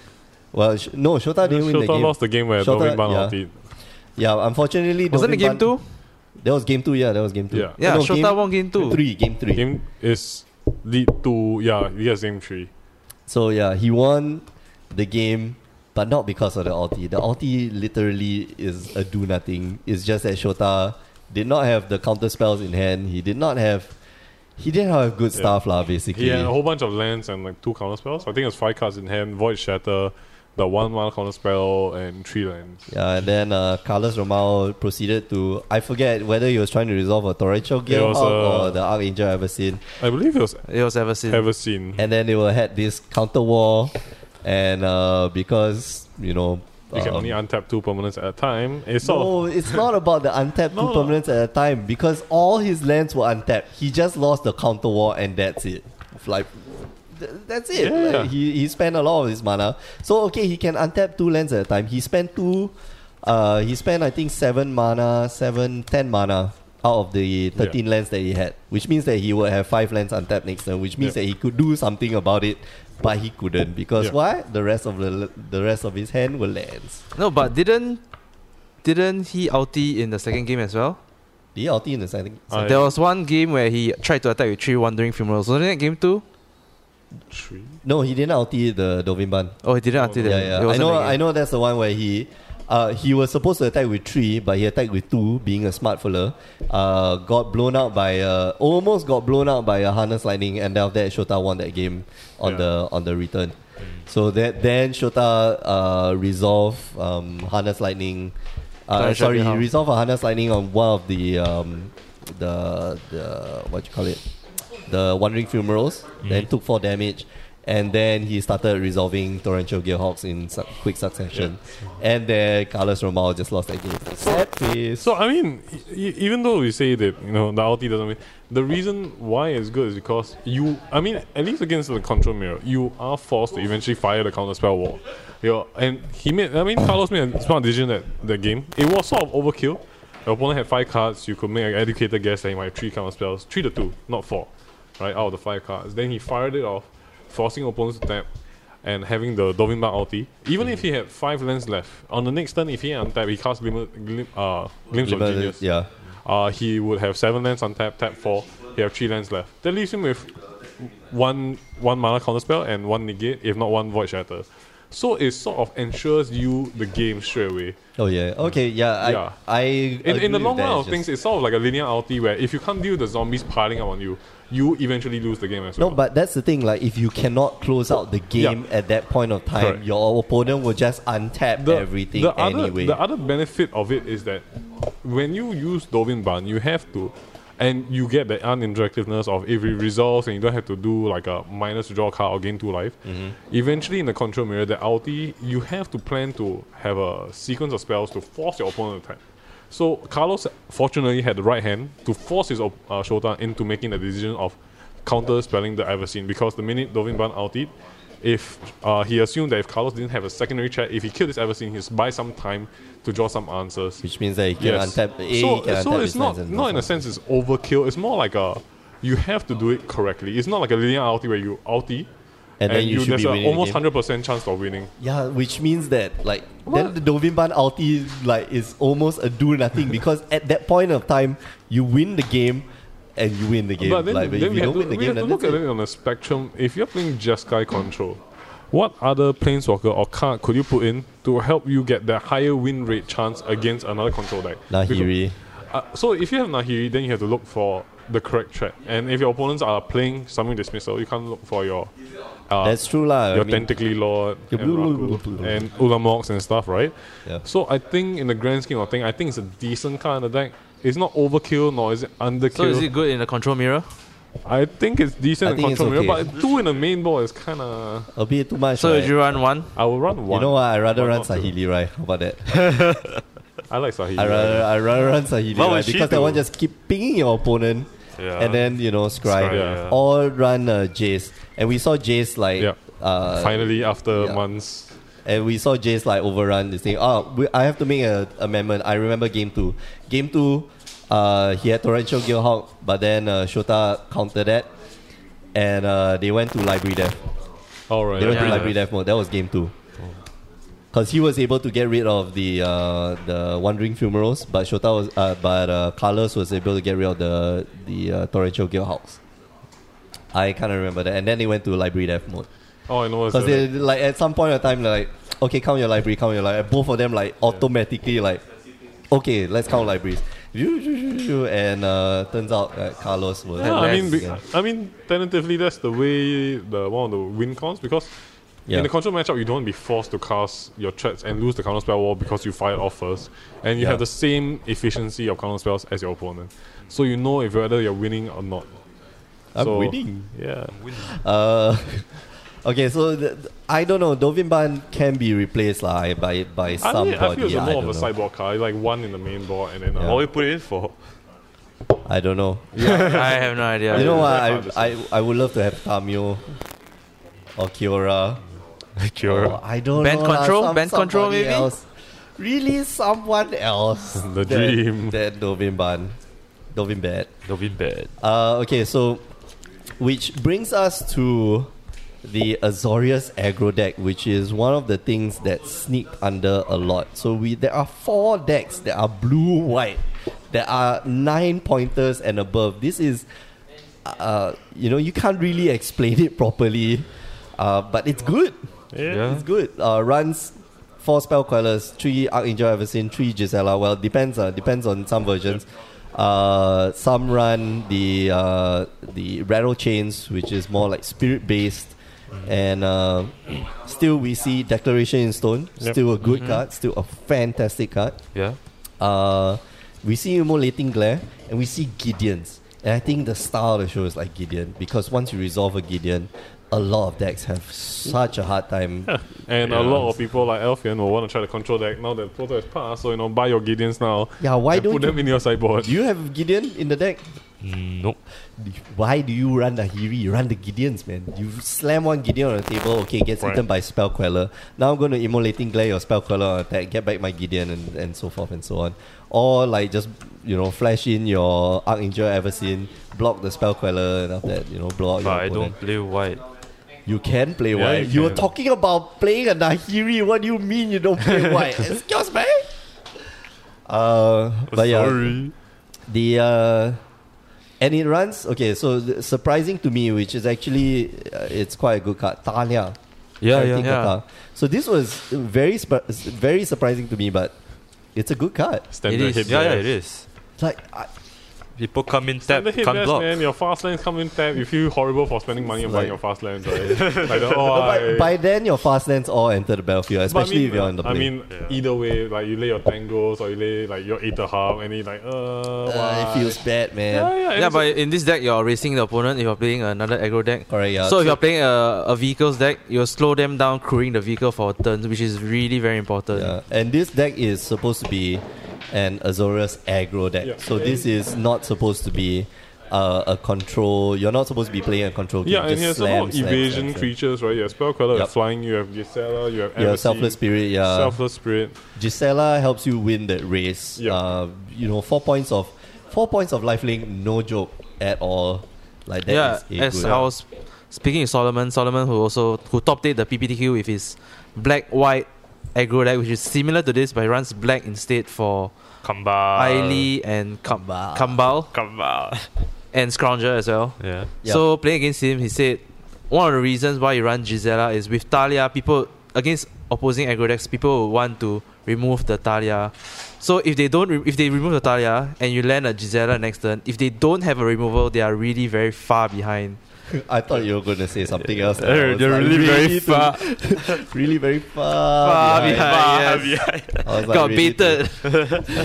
S1: Well, sh- no, Shota didn't win the
S3: Shota
S1: game.
S3: lost the game where
S1: Shota-
S3: Dovin Ban
S1: yeah.
S3: out it.
S1: Yeah, unfortunately,
S4: Wasn't it
S1: Dovin
S4: game
S1: Ban-
S4: two?
S1: That was game two. Yeah, that was game two.
S3: Yeah.
S4: Yeah,
S1: no,
S4: Shota
S1: game
S4: won game two.
S1: Three, game three.
S3: Game is lead to yeah, he has game three.
S1: So yeah, he won the game, but not because of the ulti. The ulti literally is a do nothing. It's just that Shota did not have the counter spells in hand. He did not have. He didn't have good
S3: Yeah.
S1: stuff, lah. Basically,
S3: He had a whole bunch of lands and like two counter spells. I think it was five cards in hand, Void Shatter, the one mana counter spell, and three lands.
S1: Yeah, and then uh, Carlos Romao proceeded to I forget whether he was trying to resolve a torrential
S3: It was,
S1: guild
S3: uh,
S1: or the Archangel ever seen.
S3: I believe it was
S4: It was ever since.
S3: ever seen.
S1: And then they were had this counter war, and uh, because you know.
S3: You can
S1: um,
S3: only untap two permanents at a time. It's sort of
S1: no, it's not about the untapped
S3: No,
S1: two
S3: no.
S1: permanents at a time because all his lands were untapped. He just lost the counter war and that's it. Like, th- that's it.
S3: Yeah,
S1: Like,
S3: yeah.
S1: he he spent a lot of his mana. So okay, he can untap two lands at a time. He spent two. Uh, he spent I think seven mana, seven ten mana out of the thirteen lands that he had, which means that he would have five lands untapped next turn, which means
S3: Yeah.
S1: that he could do something about it. But he couldn't because
S3: Yeah.
S1: why? The rest of the the rest of his hand were lands.
S4: No, but didn't didn't he ulti in the second game as well?
S1: The ulti in the second.
S3: I-
S4: There was one game where he tried to attack with three wandering funerals. Wasn't it game two?
S3: three.
S1: No, he didn't ulti the Dovimban.
S4: Oh, he didn't
S3: Oh,
S4: ulti
S1: Yeah,
S4: that. It
S1: yeah. I
S4: wasn't
S1: know.
S4: that game.
S1: I know that's the one where he, uh, he was supposed to attack with three, but he attacked with two, being a smart fella. Uh, got blown out by uh, almost got blown out by a harness lightning, and then after that, Shota won that game on
S3: Yeah.
S1: the on the return. So that then Shota uh resolved um harness lightning. Uh,
S4: Torrential
S1: sorry, he
S4: Gale.
S1: resolved a harness lightning on one of the um the the what you call it the Wandering Fumerals, then
S3: Mm-hmm.
S1: took 4 damage, and then he started resolving Torrential Gearhawks in su- quick succession. Mm-hmm. And then Carlos Romao just lost that game. Sad face.
S3: So I mean, e- e- even though we say that you know the ulti doesn't, mean, the reason why it's good is because you. I mean, at least against the control mirror, you are forced to eventually fire the counter spell wall. You know, and he made. I mean, Carlos made a smart decision that that game. It was sort of overkill. The opponent had five cards. You could make an educated guess that he might have three counter spells, three to two, not four, right? Out of the five cards, then he fired it off, forcing opponents to tap. And having the Dovin Bar ulti, even if he had five lands left, on the next turn, if he untap, he casts Glimmer, glim, uh, Glimpse of
S1: Remember-
S3: Genius.
S1: yeah.
S3: Uh, he would have seven lands on tap, tap four. He have three lands left. That leaves him with one one mana counter spell and one negate, if not one void shatter. So it sort of ensures you the game straight away.
S1: Oh yeah. Okay. Yeah. I.
S3: Yeah.
S1: I
S3: In,
S1: agree
S3: in the
S1: with
S3: long
S1: that,
S3: run of
S1: it's
S3: things,
S1: just-
S3: it's sort of like a linear ulti where if you can't deal with the zombies piling up on you, you eventually lose the game as
S1: No,
S3: well.
S1: but that's the thing. Like, if you cannot close out the game at that point of time,
S3: Correct.
S1: your opponent will just untap everything
S3: the
S1: anyway.
S3: Other, the other benefit of it is that when you use Dovin Ban, you have to, and you get the uninteractiveness of if it resolves and you don't have to do like a minus draw card or gain two life.
S1: Mm-hmm.
S3: Eventually, in the control mirror, the ulti, you have to plan to have a sequence of spells to force your opponent to attack. So Carlos fortunately had the right hand to force his op- uh, Shota into making the decision of counter spelling the Everseen because the minute Dovin Ban ulted, if uh, he assumed that if Carlos didn't have a secondary check, if he killed this Everseen, he'll buy some time to draw some answers.
S1: which means that he can
S3: Yes.
S1: untap. A, he
S3: so
S1: can
S3: so
S1: untap
S3: it's
S1: his
S3: not
S1: lands and
S3: not in a
S1: stuff.
S3: sense it's overkill. It's more like a you have to do it correctly. It's not like a linear ulti where you ulti
S1: And then you should
S3: there's
S1: be
S3: an
S1: winning the
S3: almost
S1: game.
S3: hundred percent chance of winning.
S1: Yeah, which means that like then
S3: What?
S1: the Dovin Ban ulti like is almost a do nothing because at that point of time you win the game and you win the game.
S3: But then,
S1: like
S3: then
S1: if
S3: we
S1: you don't
S3: have to,
S1: win the
S3: we
S1: game,
S3: have to
S1: then
S3: look
S1: that's
S3: at
S1: it.
S3: it on a spectrum. If you're playing Jeskai Control, what other planeswalker or card could you put in to help you get the higher win rate chance against another control deck? Because-
S1: Nahiri.
S3: Uh, so if you have Nahiri, then you have to look for the correct track. And if your opponents are playing Summoning Dismissal, you can't look for your uh,
S1: That's true lah. I
S3: your
S1: mean,
S3: Tentacly Lord
S1: Yeah,
S3: and,
S1: blah, blah, blah,
S3: Raku
S1: blah, blah.
S3: and Ulamox and stuff, right?
S1: Yeah.
S3: So I think in the grand scheme of things, I think it's a decent card in the deck. It's not overkill nor is it underkill.
S4: So is it good in the control mirror?
S3: I think it's decent
S1: I
S3: in
S1: think it's
S3: control mirror,
S1: okay.
S3: but two in the main board is kind of.
S1: a bit too much.
S4: So
S1: right?
S4: did you run one?
S3: I will run one.
S1: You know what? I rather
S3: Why
S1: run
S3: not two?
S1: Sahili, right? How about that?
S3: I like Sahili.
S1: I rather I rather run Sahili
S2: What would
S1: right?
S2: she
S1: because that
S2: do?
S1: one just keep pinging your opponent.
S2: Yeah.
S1: And then you know, scry,
S2: Scry, yeah.
S1: or run uh, Jace, and we saw Jace like
S3: Yeah.
S1: uh,
S3: Finally, after
S1: yeah.
S3: months.
S1: And we saw Jace like overrun this thing. Oh, we, I have to make an amendment. I remember game two. Game two, uh, he had torrential Gilhawk, but then uh, Shota countered that, and uh, they went to library death.
S3: All right.
S1: They went to
S4: Yeah.
S1: library death mode. That was game two. Cause he was able to get rid of the uh, the wandering fumerals, but Shota was, uh, but uh, Carlos was able to get rid of the the uh, torrential Gilhawks. I kind of remember that, and then they went to library death mode.
S3: Oh, I know. It's
S1: Because
S3: the-
S1: they like at some point of time they're like okay count your library count your library both of them like automatically like okay let's count libraries and uh, turns out that Carlos was.
S3: Yeah, I mean,
S1: less,
S3: be-
S1: yeah.
S3: I mean, tentatively, that's the way the one of the win cons because
S1: Yeah.
S3: in the control matchup, you don't want to be forced to cast your threats and lose the counter spell wall because you fired off first, and you
S1: Yeah.
S3: have the same efficiency of counter spells as your opponent, so you know if whether you're winning or not.
S1: I'm
S3: so-
S1: winning.
S3: Yeah,
S1: Uh, okay, so th- th- I don't know. Dovin Ban can be replaced lah by by
S3: I,
S1: somebody.
S3: mean, I feel it's
S1: I
S3: more
S1: don't
S3: of a
S1: know.
S3: sideboard card, like one in the main board and then
S1: Yeah.
S3: uh,
S2: What we put it in for?
S1: I don't know.
S4: I have no idea.
S1: you know what?
S3: yeah,
S1: I,
S3: yeah.
S1: I I would love to have Tamio or Kiora.
S2: Cure.
S1: Or I don't
S4: Band
S1: know. lah,
S4: control?
S1: some-
S4: Band control
S1: somebody
S4: maybe?
S1: Else. Really, someone else.
S3: The dream.
S1: That Dovin Ban, Dovin Bad.
S2: Lovin bad.
S1: Uh, okay, so which brings us to the Azorius aggro deck, which is one of the things that sneaked under a lot. So we there are four decks that are blue white, that are nine pointers and above. This is, uh, you know, you can't really explain it properly, uh, but it's good.
S2: Yeah.
S1: It's good. Uh, runs four spell quellers, three Archangel Everseen, three Gisela. Well, depends. Uh, depends on some versions. Uh, some run the uh, the rattle chains, which is more like spirit based, and uh, still we see Declaration in Stone.
S3: Yep.
S1: Still a good card. Still a fantastic card.
S2: Yeah.
S1: Uh, we see immolating glare, and we see Gideon's. And I think the star of the show is like Gideon because once you resolve a Gideon, a lot of decks have such a hard time
S3: and
S2: Yeah.
S3: a lot of people like Elfian will want to try to control deck now that Proto is passed. So you know, buy your Gideons now.
S1: Yeah, why
S3: and
S1: don't
S3: put them
S1: you-
S3: in your sideboard?
S1: Do you have Gideon in the deck?
S2: Nope.
S1: Why do you run Nahiri? You run the Gideons, man. You slam one Gideon on the table, okay, gets
S3: Right.
S1: eaten by Spell Queller. Now I'm going to Immolating Glare your Spell Queller on attack, get back my Gideon, and, and so forth and so on. Or, like, just, you know, flash in your Archangel Everseen, block the Spell Queller, and after that, you know, blow out
S2: But
S1: your
S2: I don't
S1: opponent.
S2: play white.
S1: You can play
S3: Yeah,
S1: white.
S3: you
S1: You, were
S3: can.
S1: talking about playing a Nahiri. What do you mean you don't play white? Excuse me? Uh, but yeah.
S2: Sorry.
S1: The uh, and it runs okay. So th- surprising to me, which is actually uh, it's quite a good card, Talia.
S2: Yeah, yeah,
S1: Fighting
S2: yeah.
S1: Kata. So this was very sp- very surprising to me, but it's a good card.
S3: Standard
S2: it
S3: hit
S2: is. Yeah, yeah,
S3: blast.
S2: it is.
S1: Like I,
S2: People come in tap,
S3: Standard hit
S2: can't
S3: blast,
S2: block.
S3: man. Your fast lanes come in tap. You feel horrible for spending money on
S1: Like-
S3: buying your fast lanes. Right? like, the, oh,
S1: by,
S3: I-
S1: by then your fast lands all enter the battlefield,
S3: But I
S1: especially
S3: mean,
S1: if you're on the plane.
S3: I mean,
S2: Yeah.
S3: either way, like you lay your tangos or you lay like your ether hub, and you like, uh,
S1: uh,
S3: why?
S1: it feels bad, man.
S3: yeah, yeah,
S4: Yeah,
S3: it's-
S4: but in this deck, you're racing the opponent if you're playing another aggro deck.
S1: Correct. Yeah.
S4: so if you're playing a, a vehicles deck, you'll slow them down crewing the vehicle for turns, which is really very important.
S1: Yeah, and this deck is supposed to be an Azorius aggro deck.
S3: Yeah.
S1: So this is not supposed to be uh, a control. You're not supposed to be playing a control game.
S3: yeah, and
S1: just
S3: he has
S1: slam,
S3: a lot of
S1: slam,
S3: evasion
S1: slam, slam.
S3: creatures, right? You have spell queller, you
S1: Yup.
S3: have flying, you have Gisela, you have
S1: Yeah,
S3: Everseen,
S1: selfless uh, spirit. Yeah,
S3: selfless spirit.
S1: Gisela helps you win that race.
S3: Yeah.
S1: Uh, you know, four points of four points of lifelink, no joke at all. Like that
S4: yeah.
S1: is a
S4: As
S1: good.
S4: I was speaking with Solomon, Solomon who also who topped it the PPTQ with his black white aggro deck, which is similar to this, but he runs black instead for
S2: Kamba.
S4: Ailey and Kam-
S1: Uh, Kambal.
S4: Kambal
S2: Kamba.
S4: and Scrounger as well.
S2: Yeah.
S1: Yeah.
S4: So playing against him, he said one of the reasons why you run Gisela is with Talia, people against opposing aggro decks, people will want to remove the Talia. So if they don't, re- if they remove the Talia and you land a Gisela next turn, if they don't have a removal, they are really very far behind.
S1: I thought you were going to say something else. and I
S2: They're,
S1: was
S2: they're
S1: like,
S2: really, very
S1: too-
S2: far.
S1: really very far,
S4: Far
S1: behind.
S4: behind.
S2: far
S4: yes.
S2: behind.
S1: I was like,
S4: Got
S1: really too-
S4: baited.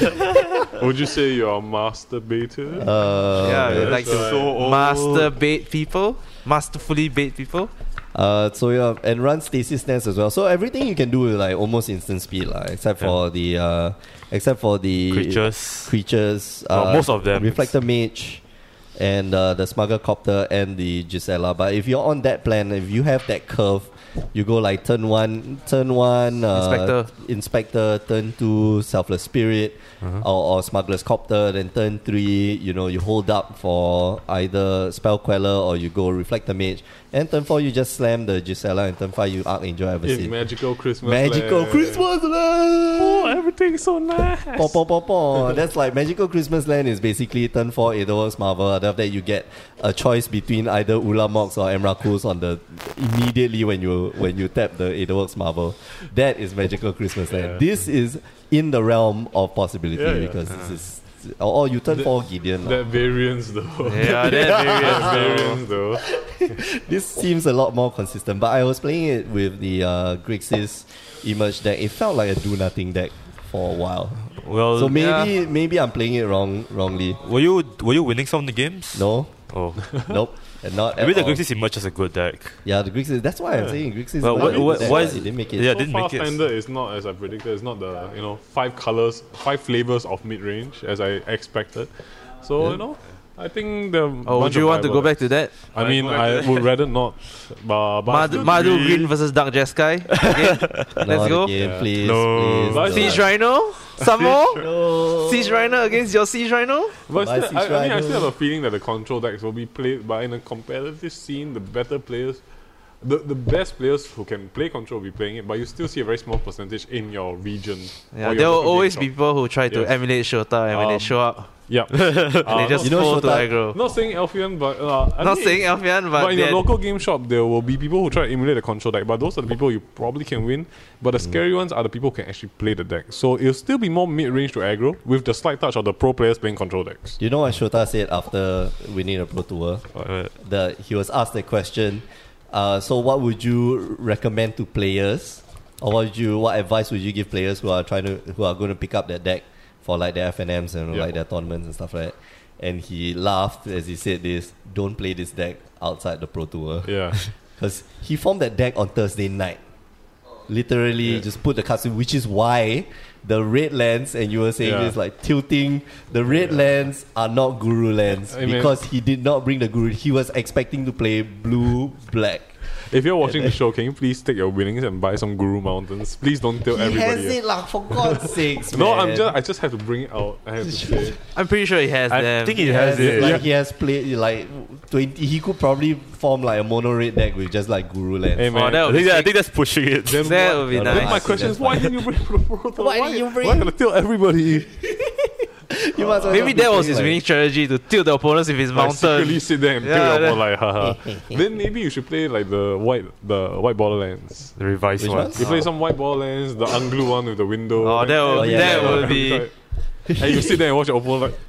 S3: Would you say you are masturbated?
S1: Uh,
S4: yeah, we
S1: man.
S4: like to
S3: that's
S2: So old.
S4: master bait people, masterfully bait people.
S1: Uh, so yeah, and run stasis nets as well. So everything you can do is like almost instant speed, lah. Except
S2: Yeah.
S1: for the uh, except for the
S2: Creatures.
S1: creatures.
S2: Well,
S1: uh,
S2: most of them.
S1: Reflector mage, and uh, the smuggler copter and the Gisela. But if you're on that plan, if you have that curve, you go like turn one, turn one, uh,
S4: Inspector.
S1: inspector, turn two, selfless spirit,
S2: Uh-huh.
S1: or, or smuggler's copter. Then turn three, you know, you hold up for either spell queller or you go reflector mage. And turn four, you just slam the Gisela, and turn five, you archangel
S3: In
S1: everseen.
S3: magical Christmas.
S1: Magical
S3: land.
S1: Christmas
S3: Oh,
S1: land.
S3: everything's so nice.
S1: Paw, paw, paw, paw. That's like Magical Christmas Land is basically turn four Aetherworks Marvel. After that, you get a choice between either Ulamox or Emrakul's on the immediately when you when you tap the Aetherworks Marvel. That is Magical Christmas Land.
S3: Yeah.
S1: This is in the realm of possibility
S3: Yeah, yeah.
S1: because this is Or, or you turn
S3: The-
S1: for Gideon. lah.
S3: That variance though.
S2: Yeah, that variance, though.
S3: variance though.
S1: this seems a lot more consistent. But I was playing it with the uh, Grixis Emerge deck. It felt like a do nothing deck for a while.
S2: Well,
S1: So maybe
S2: yeah.
S1: maybe I'm playing it wrong wrongly.
S2: were you were you winning some of the games?
S1: No,
S2: Oh,
S1: nope, and not at
S2: maybe the
S1: all.
S2: Grixis Emerge is a good deck.
S1: Yeah, the Grixis. That's why I'm saying Grixis.
S2: Well,
S1: is
S2: what-
S1: not a good
S2: what-
S1: deck,
S2: why
S1: but
S2: is-
S1: it didn't make it.
S2: yeah, I
S3: so
S2: didn't
S3: far,
S2: make it.
S3: standard is not as I predicted. It's not the you know five colors, five flavors of mid range as I expected. So you know, I think the.
S4: Oh, would
S3: bunch
S4: you
S3: of
S4: want to go
S3: viable-
S4: back to that?
S3: I mean,
S2: Go back to
S3: I
S2: that.
S3: would rather not. But, but I
S4: Madu,
S3: still
S4: Madu
S3: agree.
S4: Green versus Dark Jeskai. Okay.
S1: Not
S4: Let's go.
S1: Again,
S3: Yeah.
S1: please,
S2: No.
S1: please,
S3: But
S1: no.
S4: Siege Rhino? Some more? Siege Rhino against your Siege Rhino?
S3: But
S1: Why
S3: still, I,
S1: Siege
S3: I mean, I
S1: Rhino?
S3: still have a feeling that the control decks will be played by in a competitive scene. The better players, the the best players who can play control will be playing it. But you still see a very small percentage in your region.
S4: Yeah,
S3: or your
S4: there will
S3: local game
S4: always
S3: shop.
S4: be people who try to
S3: Yes.
S4: emulate Shota and when
S3: Um,
S4: they show up,
S3: Yeah,
S4: they
S3: Uh,
S4: just
S1: You know
S4: fall to
S1: Shota-
S4: aggro.
S3: Not saying Elfian, but uh, I
S4: Not
S3: mean,
S4: saying Elfian,
S3: But,
S4: but,
S3: in
S4: they're-
S3: your local game shop, there will be people who try to emulate the control deck, but those are the people you probably can win. But
S4: Mm.
S3: the scary ones are the people who can actually play the deck. So it'll still be more mid range to aggro with the slight touch of the pro players playing control decks.
S1: Do you know what Shota said after winning the Pro Tour?
S2: Uh,
S1: The he was asked the question. Uh, so, what would you recommend to players, or what would you, what advice would you give players who are trying to, who are going to pick up their deck for like their FNMs and
S3: Yeah.
S1: like their tournaments and stuff like that? And he laughed as he said this: "Don't play this deck outside the Pro Tour."
S3: Yeah.
S1: Because he formed that deck on Thursday night. Literally just put the cards in, which is why the red lands, and you were saying
S3: Yeah.
S1: this like tilting, the red lands are not guru lands
S3: I mean-
S1: because he did not bring the guru. He was expecting to play blue, black.
S3: if you're watching the show, can you please take your winnings and buy some Guru Mountains? Please don't tell
S1: he
S3: everybody.
S1: has it, like, for God's sakes.
S3: no, I'm
S1: man.
S3: just I just have to bring it out. I have to say.
S4: I'm pretty sure he has
S2: I
S4: them.
S2: think he
S1: He
S2: has
S1: has it,
S2: it.
S1: like
S2: Yeah.
S1: he has played like twenty. He could probably form like a mono red deck with just like guru lands.
S3: Hey,
S4: oh,
S3: man.
S4: that
S2: I
S4: would be
S2: think, that, I
S4: sick.
S2: think that's pushing it.
S3: Then
S4: That
S3: what-
S4: would be
S1: No, no,
S3: Then
S1: I
S3: my
S4: nice.
S1: see,
S3: question
S1: that's
S3: is, why
S1: fine.
S3: didn't you bring pro Proton?
S1: Why didn't you bring-
S3: Why am I gonna tell everybody?
S1: You might as well be
S4: Maybe that was
S1: playing,
S4: his
S1: like-
S4: winning strategy to tilt the opponents with his
S3: Like, secretly
S4: mountain.
S3: sit there and
S4: Yeah,
S3: yeah,
S4: that-
S3: up like haha. then maybe you should play like the white the white borderlands.
S2: the revised
S1: Which
S2: one.
S1: ones?
S3: You play some white borderlands, the unglue one with the window.
S4: Oh, that would,
S1: Oh, yeah,
S4: that
S1: yeah,
S4: would
S1: yeah.
S4: be.
S3: and you sit there and watch your opponent like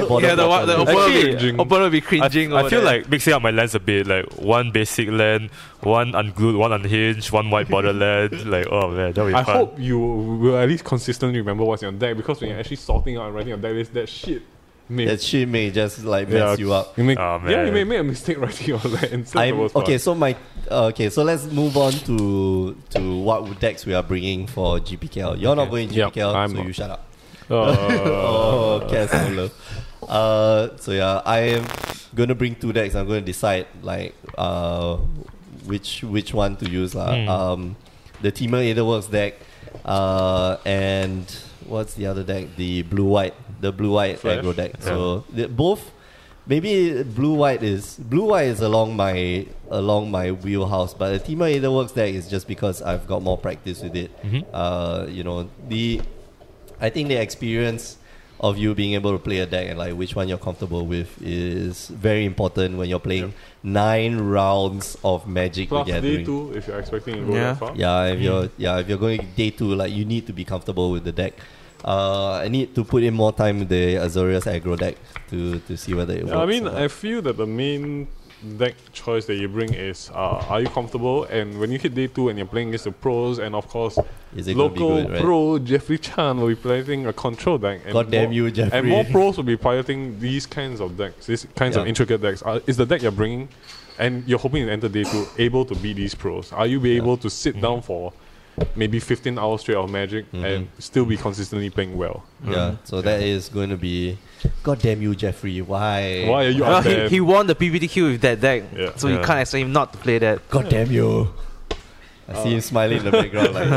S1: White border
S4: Yeah, the,
S1: bottom.
S4: wa- the opponent,
S2: Actually,
S4: would be,
S3: cringing.
S4: opponent would be
S2: I,
S4: cringing.
S2: I
S4: over
S2: feel
S4: that.
S2: like mixing up my lands a bit, like one basic land, one unglued, one unhinged, one white border land. Like, oh man, that would be
S3: I
S2: fun.
S3: hope you will at least consistently remember what's in your deck because when you're actually sorting out and writing your deck list, that shit may
S1: that shit may just like mess you up.
S3: You make,
S2: Oh,
S3: Yeah, you
S2: man.
S3: may make a mistake writing your deck and that's the
S1: I'm,
S3: worst part.
S1: okay, so my uh, okay, so let's move on to to what decks we are bringing for GPKL. You're not going
S3: Yep,
S1: GPKL,
S3: I'm
S1: so
S3: not.
S1: you shut up.
S3: Uh,
S1: Oh, okay, so love. Uh, so yeah, I am gonna bring two decks. I'm gonna decide like uh which which one to use lah.
S2: Hmm.
S1: Um, the Teamer Aetherworks deck, uh, and what's the other deck? The blue white, the blue white
S3: Flash?
S1: aggro deck.
S2: Yeah.
S1: So the, both. Maybe blue white is blue white is along my along my wheelhouse, but the Teamer Aetherworks deck is just because I've got more practice with it.
S2: Mm-hmm.
S1: Uh, you know the I think the experience of you being able to play a deck and like which one you're comfortable with is very important when you're playing nine rounds of Magic
S3: plus
S1: the
S3: day
S1: Gathering.
S3: two Mm-hmm. if you're expecting to go
S4: Yeah.
S3: that far.
S1: Yeah, if you're yeah if you're going day two, like you need to be comfortable with the deck. Uh, I need to put in more time with the Azorius aggro deck to to see whether it works.
S3: Yeah, I mean,
S1: or not.
S3: I feel that the main deck choice that you bring is uh, are you comfortable? And when you hit day two and you're playing against the pros, and of course,
S1: is it
S3: local
S1: gonna be good, right?
S3: pro Jeffrey Chan will be piloting a control deck. And
S1: God damn
S3: more-
S1: you, Jeffrey!
S3: And more pros will be piloting these kinds of decks, these kinds of
S1: Yeah.
S3: intricate decks. Uh, is the deck you're bringing and you're hoping to enter day two able to beat these pros? Are you be able to
S1: Mm-hmm.
S3: sit down for maybe 15 hours straight of magic and still be consistently playing well? Mm-hmm.
S1: yeah, so that is going to be. God damn you, Jeffrey! Why?
S3: Why are you
S4: Well,
S3: out
S4: he,
S3: there?
S4: he won the PPTQ with that deck,
S3: Yeah.
S4: so you
S2: Yeah.
S4: can't expect him not to play that.
S1: God damn you! I see
S3: Uh.
S1: him smiling in the background like.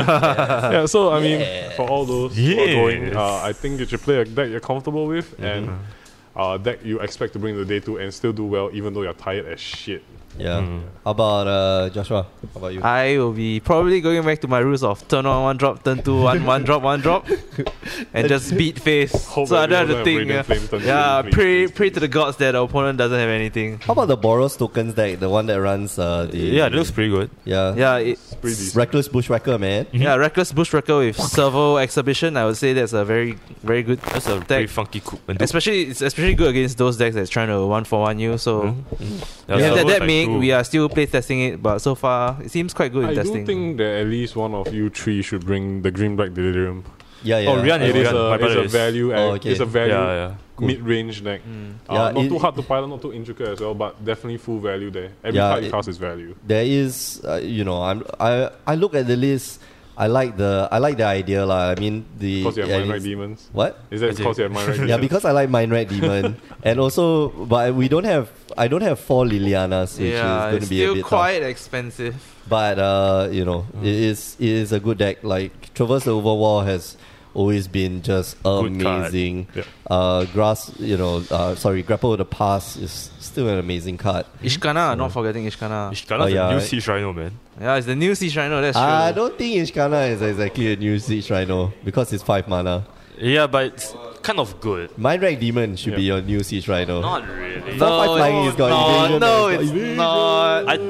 S3: yeah, so I mean, for all those who are going,
S2: Yes.
S3: uh, I think you should play a deck you're comfortable
S1: Mm-hmm.
S3: with and uh, deck you expect to bring to day two and still do well, even though you're tired as shit.
S1: Yeah.
S2: Mm.
S1: How about uh, Joshua? How about you?
S4: I will be probably going back to my rules of turn on one drop, turn two one, one drop, one drop, and just beat face.
S3: Hope
S4: so I
S3: everyone
S4: don't have to
S3: have Radiant
S4: think. Yeah,
S3: Flame turn two,
S4: yeah pray
S3: please,
S4: pray
S3: please.
S4: to the gods that the opponent doesn't have anything.
S1: How about the Boros tokens deck, the one that runs uh, the
S2: yeah, it looks pretty good.
S1: yeah
S4: Yeah, it,
S3: It's pretty decent.
S1: reckless bushwhacker man.
S2: Mhm.
S4: yeah, reckless bushwhacker with servo exhibition. I would say that's a very very good
S2: That's a pretty funky coup. And do-
S4: Especially, it's especially good against those decks that's trying to one for one you. So
S2: Mhm.
S3: Mm-hmm.
S2: Yeah,
S4: we have
S2: so
S4: that,
S2: it's
S4: that
S2: like
S4: make
S2: two.
S4: we are still playtesting it, but so far it seems quite good
S3: I
S4: in testing.
S3: do think that at least one of you three should bring the green black delirium.
S1: Yeah, yeah. Uh,
S2: Oh, Rian
S3: It
S2: Yeah,
S3: is
S2: yeah, my
S3: a, it's
S2: brother
S3: a
S2: is.
S3: value.
S1: Oh,
S3: act-
S1: okay.
S3: It's a value
S2: Yeah, yeah.
S1: Cool.
S3: mid-range deck.
S4: Mm.
S1: Yeah,
S3: Uh, not
S1: it-
S3: too hard to pilot, not too intricate as well, but definitely full value there. Every
S1: Yeah,
S3: card you
S1: it-
S3: cast is value.
S1: there is uh, you know I'm I I look at the list. I like the I like the idea lah. I mean the
S3: Because you have
S1: yeah,
S3: mind right
S1: it's-
S3: demons.
S1: what?
S3: Is that
S2: Is it-
S3: because you have mind right
S1: yeah,
S3: demons?
S1: because I like Mind Red Demon, and also, but we don't have I don't have four Lilianas, which
S4: yeah,
S1: is going
S4: it's
S1: to be a
S4: still
S1: bit tough.
S4: quite expensive.
S1: But uh, you know, it is it is a good deck. Like Traverse the Overwall has always been just
S2: Good card.
S1: amazing.
S3: Yeah.
S1: Uh, Grass, you know, uh, sorry, Grapple with the Pass is still an amazing card.
S4: Ishkana, not forgetting Ishkana.
S2: Ishkana's
S1: Oh,
S2: a
S1: yeah,
S2: new
S1: right.
S2: Sea Shrino, man.
S4: yeah, it's the new Sea Shrino. That's true.
S1: I don't think Ishkana is exactly a new siege right now because it's five mana.
S2: Yeah, but it's kind of good.
S1: Mind Rack Demon should be your new siege right now.
S2: Not really.
S1: No, Four, five flying is got
S4: no,
S1: invasion
S4: no,
S1: and it's
S4: it's
S1: got invasion.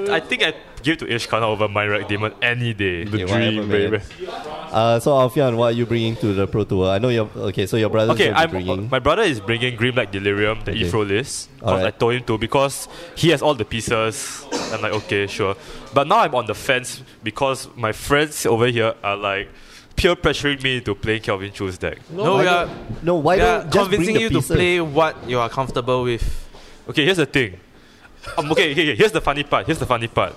S4: not.
S2: I, I think I give to Ishkana over my Rag Demon any day.
S1: Okay,
S3: The
S1: whatever, man.
S3: dream, baby.
S1: Uh, so Alfian, what are you bringing to the Pro Tour? I know you're okay. So your brother's
S2: Okay,
S1: gonna be
S2: I'm,
S4: uh,
S1: bringing.
S2: my brother is bringing Green Black Delirium, the
S1: Okay.
S2: Ifro list. Because
S1: Alright.
S2: I told him to, because he has all the pieces. I'm like, okay, sure. But now I'm on the fence because my friends over here are like peer pressuring me to play Kelvin Chu's deck.
S4: no,
S1: why
S4: we are,
S1: don't- no. Why
S4: we are
S1: don't just bring
S4: oh, convincing
S1: the
S4: you
S1: pieces?
S4: to play what you are comfortable with.
S2: Okay, here's the thing. Um, okay, okay, okay, here's the funny part. Here's the funny part.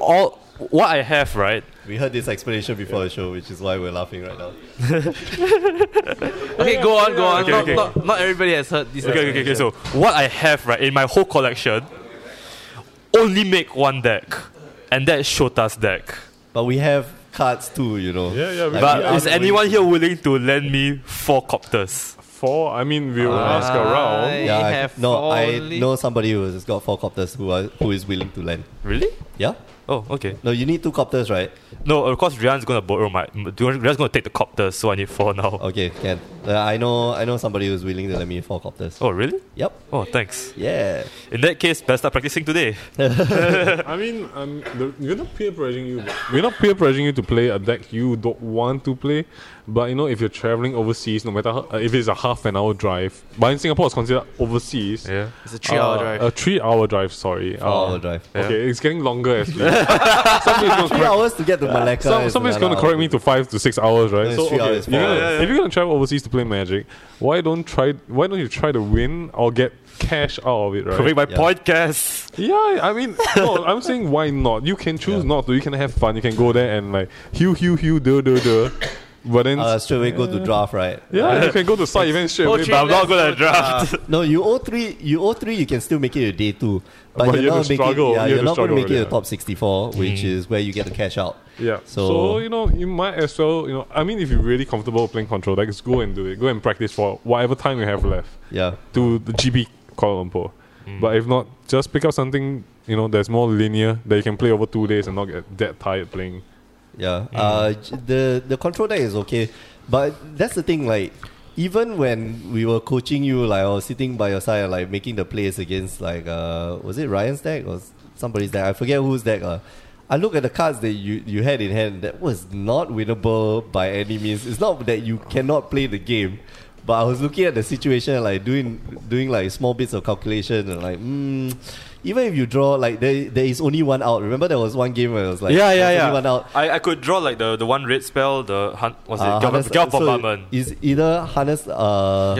S2: All what I have, right?
S1: We heard this explanation before the show, which is why we're laughing right now.
S4: Okay, go on, go on.
S2: Okay,
S4: not,
S2: okay.
S4: Not, not everybody has heard this.
S2: Okay, okay, okay. So what I have, right, in my whole collection, only make one deck, and that's Shota's deck.
S1: But we have cards too, you know.
S3: Yeah, yeah, we-
S1: Like, um,
S2: But
S1: we
S2: is
S1: are going-
S2: anyone here willing to lend me four copters?
S3: Four, I mean, we'll
S1: Ah.
S3: ask around.
S4: I
S1: Yeah, I-
S4: have
S1: no, I
S4: only-
S1: know somebody who has got four copters who are who is willing to lend.
S2: Really?
S1: Yeah.
S2: Oh, okay.
S1: No, you need two copters, right?
S2: No, of course Rian's gonna borrow my. Rian's gonna take the copters, so I need four now.
S1: Okay, can. Uh, I know. I know somebody who's willing to lend me four copters.
S2: Oh, really?
S1: Yep.
S2: Oh, thanks.
S1: Yeah.
S2: In that case, better start practicing today.
S3: I mean, um, the, we're not peer pressuring you. but- We're not peer pressuring you to play a deck you don't want to play. But you know, if you're traveling overseas, no matter how, uh, if it's a half an hour drive, but in Singapore it's considered overseas.
S2: Yeah.
S4: It's a three-hour
S1: Oh,
S3: Uh,
S4: drive.
S3: A three-hour drive. Sorry.
S1: Four
S3: Uh,
S1: hour drive.
S2: Yeah.
S3: Okay, it's getting longer as we. somebody's gonna
S1: Three
S3: correct,
S1: hours to get to Malacca.
S3: some,
S1: is
S3: somebody's
S1: another hour.
S3: gonna correct me to five to six hours, right?
S1: it's three hours,
S3: you're
S1: four
S3: gonna-
S1: hours.
S3: if you're gonna travel overseas to play Magic, why don't try? Why don't you try to win or get cash out of it, right?
S2: Make my
S1: Yeah.
S2: podcast.
S3: Yeah, I mean, no, I'm saying why not? You can choose
S1: Yeah.
S3: not to. You can have fun. You can go there and like hew, hew, hew, do, do, do. But then,
S1: Uh, straight away go to draft, right?
S3: yeah, you can go to side events straight
S4: Oh,
S3: away.
S4: three
S2: But I'm not
S4: left,
S2: gonna
S4: so-
S2: draft.
S1: No, you owe three. You owe three. You can still make it to day two, but,
S3: But
S1: you're
S3: you have
S1: not
S3: to
S1: making.
S3: struggle,
S1: Yeah,
S3: you
S1: you're
S3: have to
S1: not going to
S3: struggle,
S1: make it
S3: yeah. Mm.
S1: to top sixty-four, which is where you get the cash out.
S3: Yeah. So,
S1: So-
S3: you know, you might as well, you know, I mean, if you're really comfortable playing control, like, just go and do it. Go and practice for whatever time you have left
S1: Yeah,
S3: to the GB Kuala Lumpur. But if not, just pick up something, you know, that's more linear that you can play over two days and not get that tired playing.
S1: yeah.
S2: Mm.
S1: Uh, j- the the control deck is okay, but that's the thing. Like, even when we were coaching you, like, or sitting by your side, like making the plays against, like, uh, was it Ryan's deck or s- somebody's deck? I forget whose deck. Uh, I look at the cards that you, you had in hand. That was not winnable by any means. It's not that you cannot play the game. But I was looking at the situation, like doing doing like small bits of calculation, and like, mm, even if you draw, like there there is only one out. Remember there was one game where it was like,
S2: yeah, yeah,
S1: there's
S2: yeah.
S1: only one out.
S2: I, I could draw like the, the one red spell, the hun- what's
S1: Uh,
S2: it? Gal-
S1: harness-
S2: Gal
S1: so
S2: bombardment.
S1: is either harness. Uh,
S4: Yeah,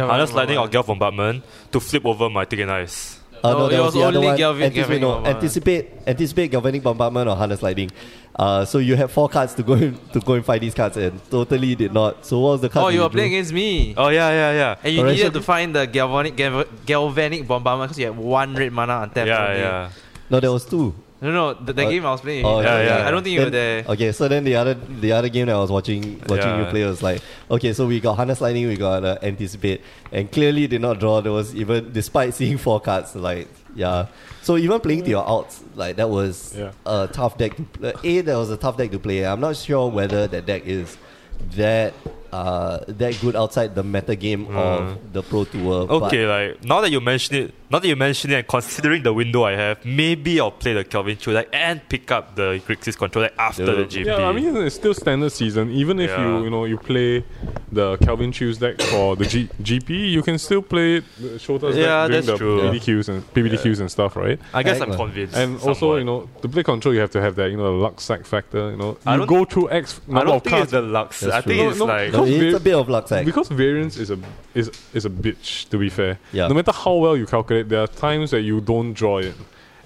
S2: Harness
S4: Bombardment.
S2: lightning or Gale bombardment to flip over my thick and ice.
S1: uh,
S4: No,
S1: no,
S4: it
S1: there
S4: was
S1: was the other
S4: only
S1: one.
S4: Galvin-
S1: anticipate,
S4: Galvanic
S1: no,
S4: bombardment.
S1: anticipate, anticipate galvanic bombardment or harness lightning. Uh, so you have four cards to go and, to go and find these cards, and totally did not. So what was the card?
S4: oh,
S1: that
S4: you were
S1: drew?
S4: playing against me.
S2: Oh yeah, yeah, yeah.
S4: And you
S1: Alright,
S4: needed
S1: so-
S4: to find the galvanic galv- galvanic bombardment because you had one red mana on tap.
S2: yeah,
S4: only.
S2: yeah.
S1: No, there was two.
S4: No, no, the, the
S1: Oh,
S4: game I was playing.
S1: oh,
S4: with you,
S2: yeah,
S4: I don't
S2: yeah.
S4: think- I don't think you were there.
S1: Then- Okay, so then the other the other game that I was watching watching you
S2: Yeah.
S1: play was like, okay, so we got harness lightning, we got uh, anticipate, and clearly did not draw. There was even despite seeing four cards, like yeah. So even playing to your outs, like that was
S3: Yeah.
S1: a tough deck to play. A, that was a tough deck to play. I'm not sure whether that deck is that uh that good outside the meta game
S4: Hmm.
S1: of the Pro Tour. but-
S2: Okay, like now that you mention it, now that you mention it, and considering the window I have, maybe I'll play the Kelvin Chu like and pick up the Grixis control like after the
S1: Dude.
S2: GP.
S3: Yeah, I mean it's still standard season. Even if
S2: Yeah.
S3: you you know you play the Calvin Chu's deck for the G- GP, you can still play the Shota's
S2: Yeah,
S3: deck during
S2: that's
S3: the
S2: true.
S3: PBDQs and PBDQs and stuff, right?
S2: I guess I'm
S1: Exactly.
S2: convinced.
S3: And also,
S2: somewhat.
S3: you know, to play control, you have to have that, you know, the luck sack factor. You know,
S2: I
S3: you
S2: don't-
S3: go through X
S2: I
S3: number
S2: don't
S3: of
S2: think it's
S3: cards
S2: the Lux.
S1: That's
S2: I
S1: true.
S2: think
S1: No,
S2: it's
S3: no,
S2: like
S1: No,
S3: Because
S1: it's
S3: we-
S1: a bit of luck sack.
S3: because variance is a is is a bitch. To be fair,
S1: Yeah.
S3: no matter how well you calculate, there are times that you don't draw it.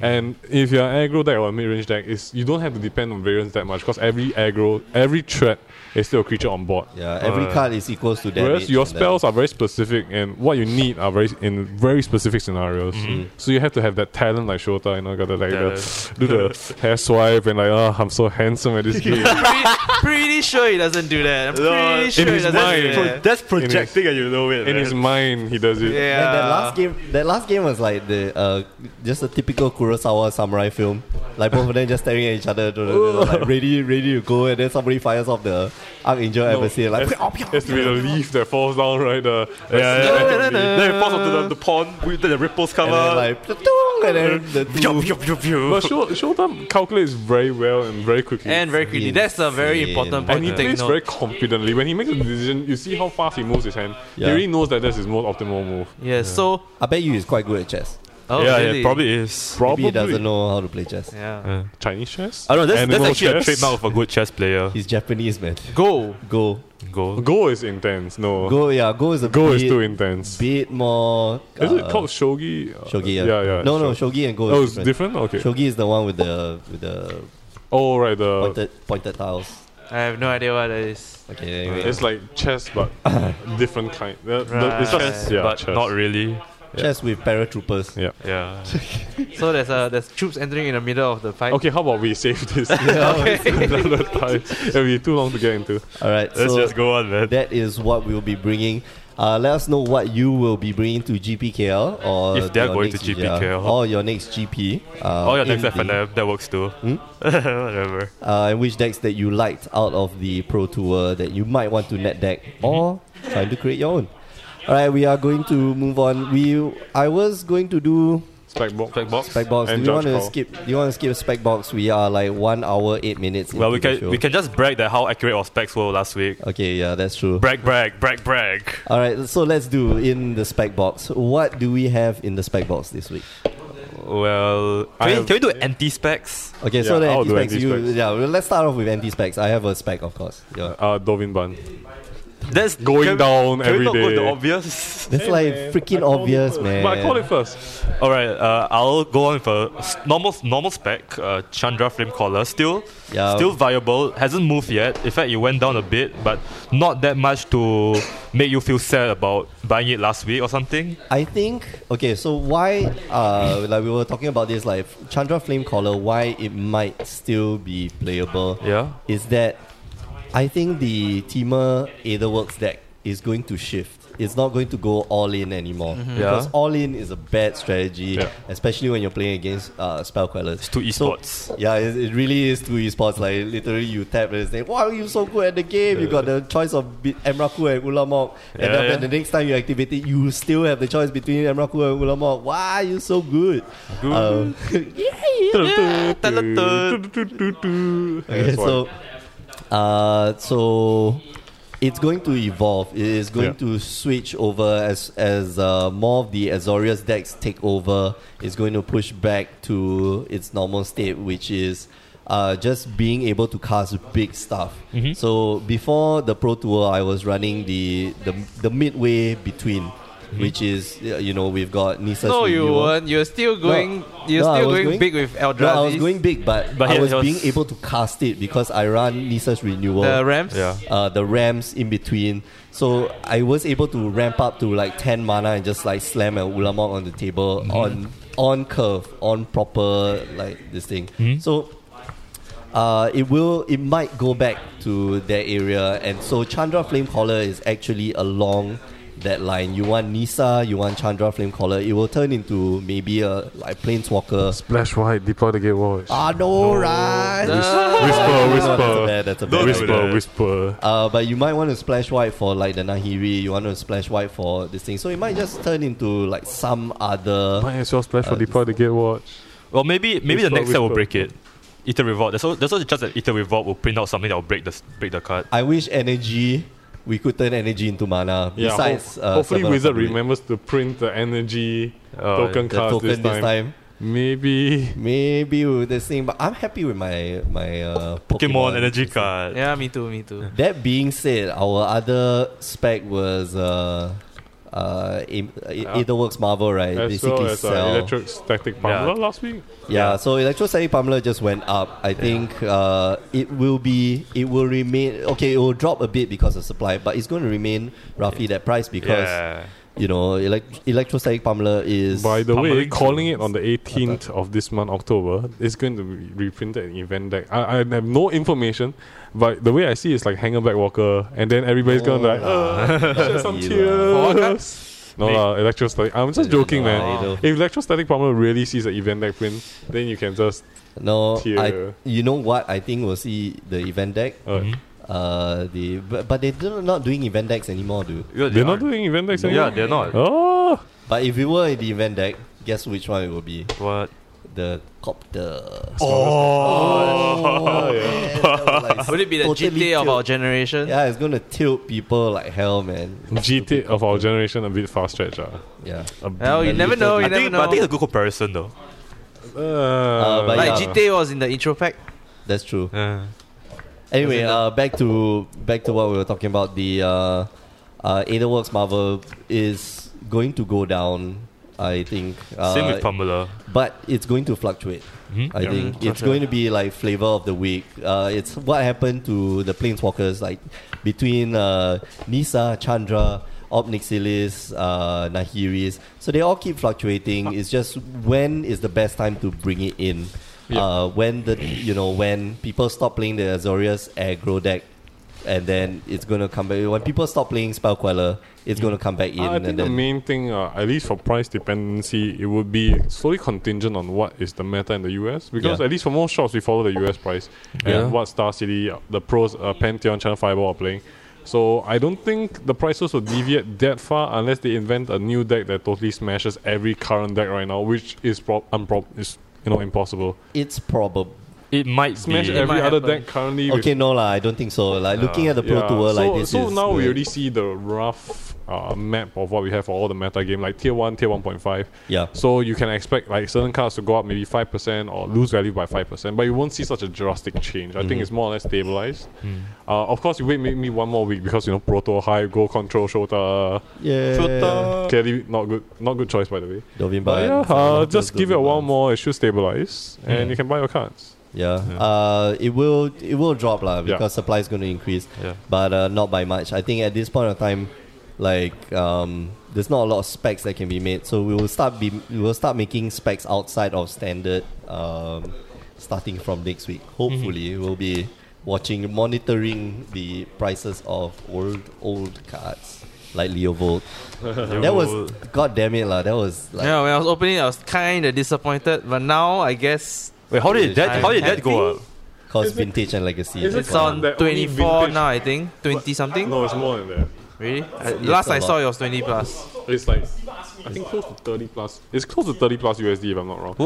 S3: And if your aggro deck or mid range deck is, you don't have to depend on variance that much because every aggro, every threat is still a creature on board.
S1: Yeah,
S4: Hmm.
S1: every
S2: Uh,
S1: card is equals to damage.
S3: Whereas your
S1: and then-
S3: spells are very specific, and what you need are very in very specific scenarios. So you have to have that talent like Shota, you know, got to like the,
S2: Talent.
S3: do the hair swipe and like, oh, I'm so handsome at this game.
S4: pretty, pretty sure he doesn't do that. I'm pretty sure he
S3: his
S4: doesn't
S3: mind.
S4: do that.
S2: that's projecting and you know it.
S3: in
S2: man.
S3: his mind, he does it.
S4: Yeah.
S1: Man, that last game, that last game was like the uh, just a typical Kurosawa samurai film. Like both of them just staring at each other, duh, duh, duh, duh, like ready, ready to go, and then somebody fires off the archangel adversary. Like,
S3: Has, has to be the leaf that falls down, right? The, yeah,
S2: Yeah, then it falls onto the, the pond, with- then the ripples come
S1: and then
S2: out.
S1: like, "Tudung," and then the
S2: Pew,
S1: two,
S2: pew, pew, pew.
S3: But Shul- Shultam calculates very well and very quickly.
S4: And very quickly. That's a very
S1: Insane.
S4: important
S3: And
S4: point
S3: he
S4: to take
S3: plays very
S4: note.
S3: confidently. When he makes a decision, you see how fast he moves his hand.
S1: Yeah.
S3: He already knows that that's his most optimal move.
S4: Yeah, so
S1: I bet you he's quite good at chess.
S4: oh,
S2: yeah,
S4: really?
S2: it probably is.
S1: Maybe
S3: Probably
S1: he doesn't know how to play chess.
S4: Yeah.
S3: Chinese chess.
S2: I don't know. That's, that's
S3: Animal
S2: actually
S3: chess?
S2: a trademark of a good chess player.
S1: He's Japanese, man.
S4: Go.
S1: Go,
S2: Go.
S3: Go is intense. No, go,
S1: go, yeah, go is a bit,
S3: is too intense.
S1: bit more.
S3: is it
S1: uh,
S3: called shogi? Uh,
S1: shogi? Yeah,
S3: Yeah, yeah.
S1: No, no,
S3: shog-
S1: shogi and go.
S3: oh,
S1: is
S3: it's different. Okay.
S1: Shogi is the one with the with the
S3: oh, right. The
S1: pointed pointed tiles.
S4: I have no idea what that is.
S1: Okay, anyway.
S3: it's like chess, but different kind. The, the-
S4: Right.
S3: it's just-
S4: Chess,
S3: yeah,
S2: but
S3: chess.
S2: not really.
S1: chess with paratroopers.
S3: Yeah.
S2: Yeah.
S4: So there's a there's troops entering in the middle of the fight.
S3: Okay, how about we save this? Another time. It'll be too long to get into.
S1: All right,
S2: Let's
S1: so
S2: just go on, man.
S1: that is what we'll be bringing. Uh, let us know what you will be bringing to GPKL or
S2: If they're
S1: your
S2: going
S1: next-
S2: to
S1: yeah,
S2: GPKL.
S1: or your next GP. Uh,
S2: Oh, yeah,
S1: in
S2: next
S1: the-
S2: FNM. That works too. Whatever.
S1: uh, and which decks that you liked out of the Pro Tour that you might want to net deck or
S2: Mm-hmm.
S1: trying to create your own. All right, we are going to move on. We I was going to do
S3: Spec box.
S2: Spec box?
S1: spec box.
S3: And
S1: do you want
S3: George
S1: to
S3: Cole.
S1: skip? Do you want to skip spec box? We are like one hour eight minutes.
S2: Well, we
S1: into the
S2: can
S1: show.
S2: we can just brag that how accurate our specs were last week.
S1: Okay, yeah, that's true.
S2: Brag, brag, brag, brag.
S1: All right, so let's do in the spec box. What do we have in the spec box this week?
S2: Well,
S3: I
S2: can we,
S3: have-
S2: can we do anti specs?
S1: Okay, so
S3: Yeah,
S1: the
S3: I'll
S1: anti
S3: do
S1: specs. You,
S3: anti-specs.
S1: yeah, well, let's start off with anti specs. I have a spec, of course. Yeah.
S3: Uh, Dovin Ban.
S2: That's
S3: Going
S2: can, can
S3: down
S2: we
S3: every
S2: not go with the
S3: day.
S2: obvious.
S1: That's like freaking obvious, man.
S3: But I call it first.
S2: All right, uh, I'll go on for s- normal normal spec. Uh, Chandra Flame Collar still
S1: Yeah.
S2: still viable. Hasn't moved yet. In fact, it went down a bit, but not that much to make you feel sad about buying it last week or something.
S1: I think okay. So why, uh, like we were talking about this, like Chandra Flame Collar, why it might still be playable
S2: Yeah.
S1: is that I think the Teamer Aetherworks deck is going to shift. It's not going to go all in anymore because
S2: Mm-hmm. Yeah.
S1: all in is a bad strategy,
S3: Yeah.
S1: especially when you're playing against uh, spell quellers. It's
S2: too esports.
S1: yeah, it, it really is two esports. Like literally, you tap and say, "Why are you so good at the game? You got the choice of be- Emrakul and Ulamog, and
S2: Yeah,
S1: then
S2: yeah.
S1: the next time you activate it, you still have the choice between Emrakul and Ulamog. Why are you so good? Um, Okay,
S3: That's why.
S1: so, uh, so it's going to evolve. It is going
S3: Yeah.
S1: to switch over as as uh, more of the Azorius decks take over. It's going to push back to its normal state, which is. Uh, just being able to cast big stuff. So before the Pro Tour, I was running the the, the midway between, which is uh, you know we've got Nisa.
S4: no, you weren't. You're still going. You're
S1: No, I
S4: still
S1: was
S4: going,
S1: going-
S4: big with Eldrazi.
S1: no, I was going big, but,
S2: But
S1: I
S2: he-
S1: was,
S2: he was-
S1: being able to cast it because I run Nisa's renewal,
S4: the Rams.
S2: Yeah.
S1: uh, the ramps in between. So I was able to ramp up to like ten mana and just like slam an Ulamog on the table on on curve on proper like this thing. So. Uh, it will. It might go back to that area, and so Chandra Flame Collar is actually along that line. You want Nisa, you want Chandra Flamecaller. It will turn into maybe a like Planeswalker.
S3: Splash white, deploy the gatewatch.
S1: Ah no, right?
S3: Whisper,
S1: No,
S3: whisper.
S1: That's a bad. That's a bad.
S2: Don't
S1: idea.
S2: do that.
S3: whisper, whisper.
S1: Uh, but you might want to splash white for like the Nahiri. You want to splash white for this thing. So it might just turn into like some other.
S3: Might as well splash
S1: uh,
S3: for deploy the gatewatch.
S2: Well, maybe maybe the
S3: Whisper,
S2: next set will
S3: whisper.
S2: break it. Ether Revolt. There's also, there's also just that Ether Revolt will print out something that will break the s- break the card.
S1: I wish energy. We could turn energy into mana.
S3: Yeah,
S1: Besides,
S3: hope-
S1: uh,
S3: hopefully
S1: Seven of
S3: Wizard
S1: Conduit.
S3: remembers to print the energy
S2: Uh,
S3: token
S1: Oh, the
S3: cards
S1: token
S3: this, time.
S1: this time.
S3: Maybe.
S1: Maybe with this thing, but I'm happy with my my uh,
S2: Pokemon Energy Card.
S4: Yeah, me too, me too.
S1: That being said, our other spec was uh, uh, Im- uh, Etherworks Marvel, right?
S3: As well as uh,
S1: sell-
S3: electric static pump
S2: Yeah.
S3: last week.
S1: yeah, so electrostatic pummeler just went up. I think uh, it will be, it will remain. Okay, it will drop a bit because of supply, but it's going to remain roughly that price because
S2: yeah.
S1: you know elect- electrostatic pummeler is
S3: By the way,
S2: Pummeling
S3: calling it
S2: Tunes.
S3: on the 18th of this month, October, it's going to be reprinted in event deck. I, I have no information, but the way I see it, it's like Hanger Black Walker, and then everybody's going to like,
S1: Oh.
S3: uh, shed some
S1: You
S4: For what card?
S3: tears. No,
S2: Mate.
S3: lah, electrostatic. I'm just joking, man.
S1: Idol.
S3: If electrostatic Palmer really sees an event deck print, then you can just.
S1: No, I,
S3: Tier.
S1: you know what? I think we'll see the event deck.
S3: Uh,
S2: Mhm.
S1: Uh, the but, but they're not doing event decks anymore, dude.
S2: Yeah,
S3: They're not
S2: aren't.
S3: doing event decks
S2: Yeah,
S3: anymore?
S2: they're not.
S3: Oh!
S1: But if we were in the event deck, guess which one it will be?
S2: What?
S1: The copter.
S2: Oh.
S1: yes, that was like
S4: Would it be the
S1: totally
S4: GTA of
S1: tilt.
S4: our generation?
S1: Yeah, it's gonna tilt people like hell, man.
S3: GT of our generation, a bit fast stretch. ah.
S1: Yeah.
S4: Oh, you
S1: But
S4: never
S1: little
S4: know. You
S2: I
S1: bit.
S4: never
S2: think, but I
S4: know.
S2: think it's a good comparison though.
S3: Uh,
S1: but
S4: like
S1: yeah.
S4: GTA was in the intro pack.
S1: That's true.
S2: Yeah.
S1: Anyway,
S4: As in
S1: uh, back to back to what we were talking about. The uh, uh, Aetherworks Marvel is going to go down. I think. Uh,
S2: Same with Pamela.
S1: but it's going to fluctuate.
S2: Mhm.
S3: Mm-hmm.
S1: I
S2: Yeah.
S1: think
S4: Mm,
S1: it's
S4: fluctuate.
S1: going to be like flavor of the week. Uh, it's what happened to the planeswalkers, like between uh, Nisa, Chandra, Obnixilis, uh, Nahiris. So they all keep fluctuating. It's just when is the best time to bring it in? Uh, when the you know when people stop playing the Azorius aggro deck, and then it's gonna come back. When people stop playing Spell Queller, it's gonna come back in.
S3: Mm-hmm. I
S1: and
S3: think the
S1: then
S3: main thing, uh, at least for price dependency, it would be solely contingent on what is the meta in the US. Because
S1: Yeah.
S3: at least for most shops, we follow the US price and
S2: Yeah.
S3: what Star City, uh, the pros, uh, Pantheon, Channel Fireball are playing. So I don't think the prices will deviate that far unless they invent a new deck that totally smashes every current deck right now, which is prob- unprob- is you know impossible.
S1: it's probable.
S2: It might
S3: Smash
S2: be.
S4: It
S3: every
S4: might
S3: other
S4: happen.
S3: deck currently. with-
S1: Okay, no lah. I don't think so. Like looking at the pro
S3: Yeah,
S1: tour,
S3: so,
S1: like this
S3: so
S1: is
S3: now we
S1: good.
S3: already see the rough uh, map of what we have for all the meta game, like tier one, tier one point five.
S1: Yeah.
S3: So you can expect like certain cards to go up maybe five percent or lose value by five percent, but you won't see such a drastic change. I
S1: Mm-hmm.
S3: think it's more or less stabilized.
S1: Mm.
S3: Uh, of course, you wait maybe one more week because you know Proto High, Go Control, Shota.
S1: Yeah.
S3: Clearly not good, not good choice by the way.
S1: Dovin
S3: But yeah,
S1: Barnes,
S3: uh,
S1: Dovin
S3: just
S1: Barnes,
S3: give it a
S1: Dovin
S3: while
S1: Barnes.
S3: more. It should stabilize,
S1: Mm.
S3: and you can buy your cards.
S1: Yeah. Uh, it will it will drop lah
S3: Yeah.
S1: because supply is going to increase,
S2: Yeah.
S1: but uh, not by much. I think at this point of time, like um, there's not a lot of specs that can be made, so we will start be we will start making specs outside of standard. Um, starting from next week, hopefully we'll be watching monitoring the prices of old old cards like Leovold. That was god damn it lah. That was like
S4: yeah, when I was opening, I was kind of disappointed, but now I guess
S2: Wait, how did that? How did that go
S4: Happy?
S2: up?
S1: cause
S3: Is it-
S1: vintage and legacy.
S3: is it
S1: that's
S4: it's
S1: why.
S4: on
S3: that only
S4: 24
S3: vintage-
S4: now. I think 20 something.
S3: No, it's more than that.
S4: Really? I-
S1: it's
S4: last
S1: a
S4: I saw
S1: lot.
S4: it was 20 plus.
S3: It's like I think close to thirty plus. It's close to thirty plus USD if I'm not wrong.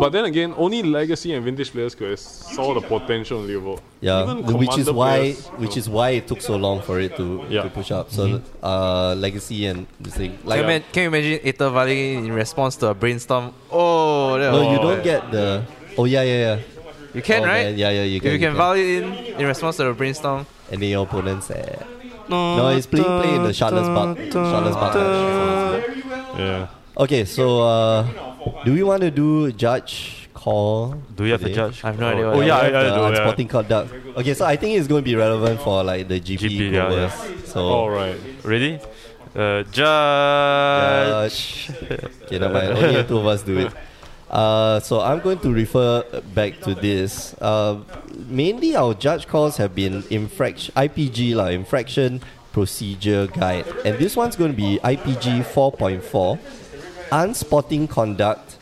S3: But then again, only legacy and vintage players could have saw the potential in Leovold.
S1: Yeah,
S3: Even
S1: which is
S3: Commander
S1: why
S3: players,
S1: which is why it took so long for it to,
S3: Yeah.
S1: to push up. So
S2: Mm-hmm.
S1: uh, legacy and this thing like
S4: Can, you, ma- can you imagine Ether Valley in response to a brainstorm? Oh, that
S1: no,
S4: was-
S1: you don't get the oh yeah yeah yeah
S4: You can,
S1: Oh,
S4: right?
S1: man, yeah yeah you
S4: If
S1: can
S4: you can volley in in response to a brainstorm,
S1: and then your opponents eh. no it's playing play in the shardless bug shardless bug.
S3: yeah.
S1: Okay, so uh, do we want to do judge call?
S2: Do we have to
S1: today?
S2: judge?
S4: I have no idea what
S2: Oh
S4: that Uh,
S2: yeah, I,
S1: the
S2: I do.
S1: unsporting conduct. Okay, so I think it's going to be relevant for like the GP,
S2: GP, yeah, yeah. Oh,
S1: goers. So
S3: All right.
S2: Really? Uh, judge.
S1: Judge. okay, never mind. Only the two of us do it. Uh, so I'm going to refer back to this. Uh, mainly, our judge calls have been infraction, IPG lah, infraction, procedure guide. And this one's going to be IPG 4.4 Unspotting Conduct.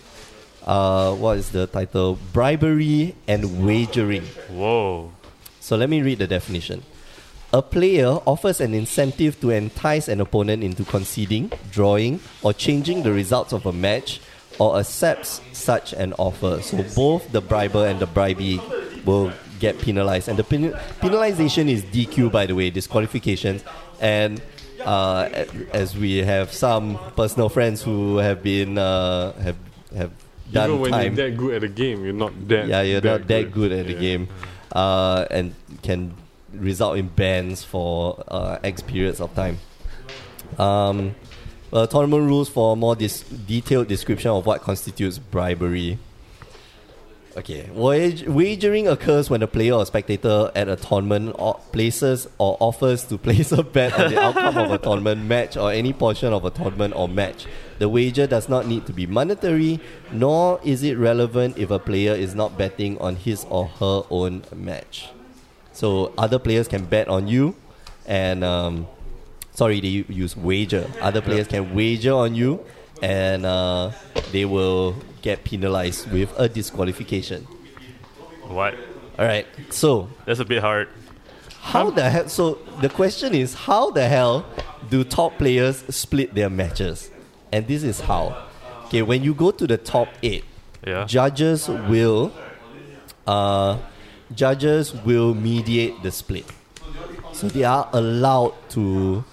S1: Uh, what is the title? Bribery and Wagering.
S2: Whoa.
S1: So let me read the definition. A player offers an incentive to entice an opponent into conceding, drawing, or changing the results of a match, or accepts such an offer. So both the briber and the bribee will get penalized. And the pen- penalization is DQ, by the way, disqualifications. And uh, a- as we have some personal friends who have been uh, have have done
S3: Even when
S1: time
S3: you're that good at the game, you're not that.
S1: yeah, you're
S3: that
S1: not that good at the
S3: Yeah.
S1: game, uh, and can result in bans for uh, X periods of time. Um, uh, tournament rules for more dis- detailed description of what constitutes bribery. Okay, Wag- wagering occurs when a player or spectator at a tournament or places or offers to place a bet on the outcome of a tournament match or any portion of a tournament or match. The wager does not need to be monetary, nor is it relevant if a player is not betting on his or her own match. So other players can bet on you, and um, sorry, they u- use wager. Other players can wager on you, and uh, they will get penalized with a disqualification.
S2: What?
S1: All right. So
S2: That's a bit hard.
S1: how the hell? So the question is, how the hell do top players split their matches? And this is how. Okay, when you go to the top eight,
S2: Yeah.
S1: judges will, uh, judges will mediate the split. So they are allowed to,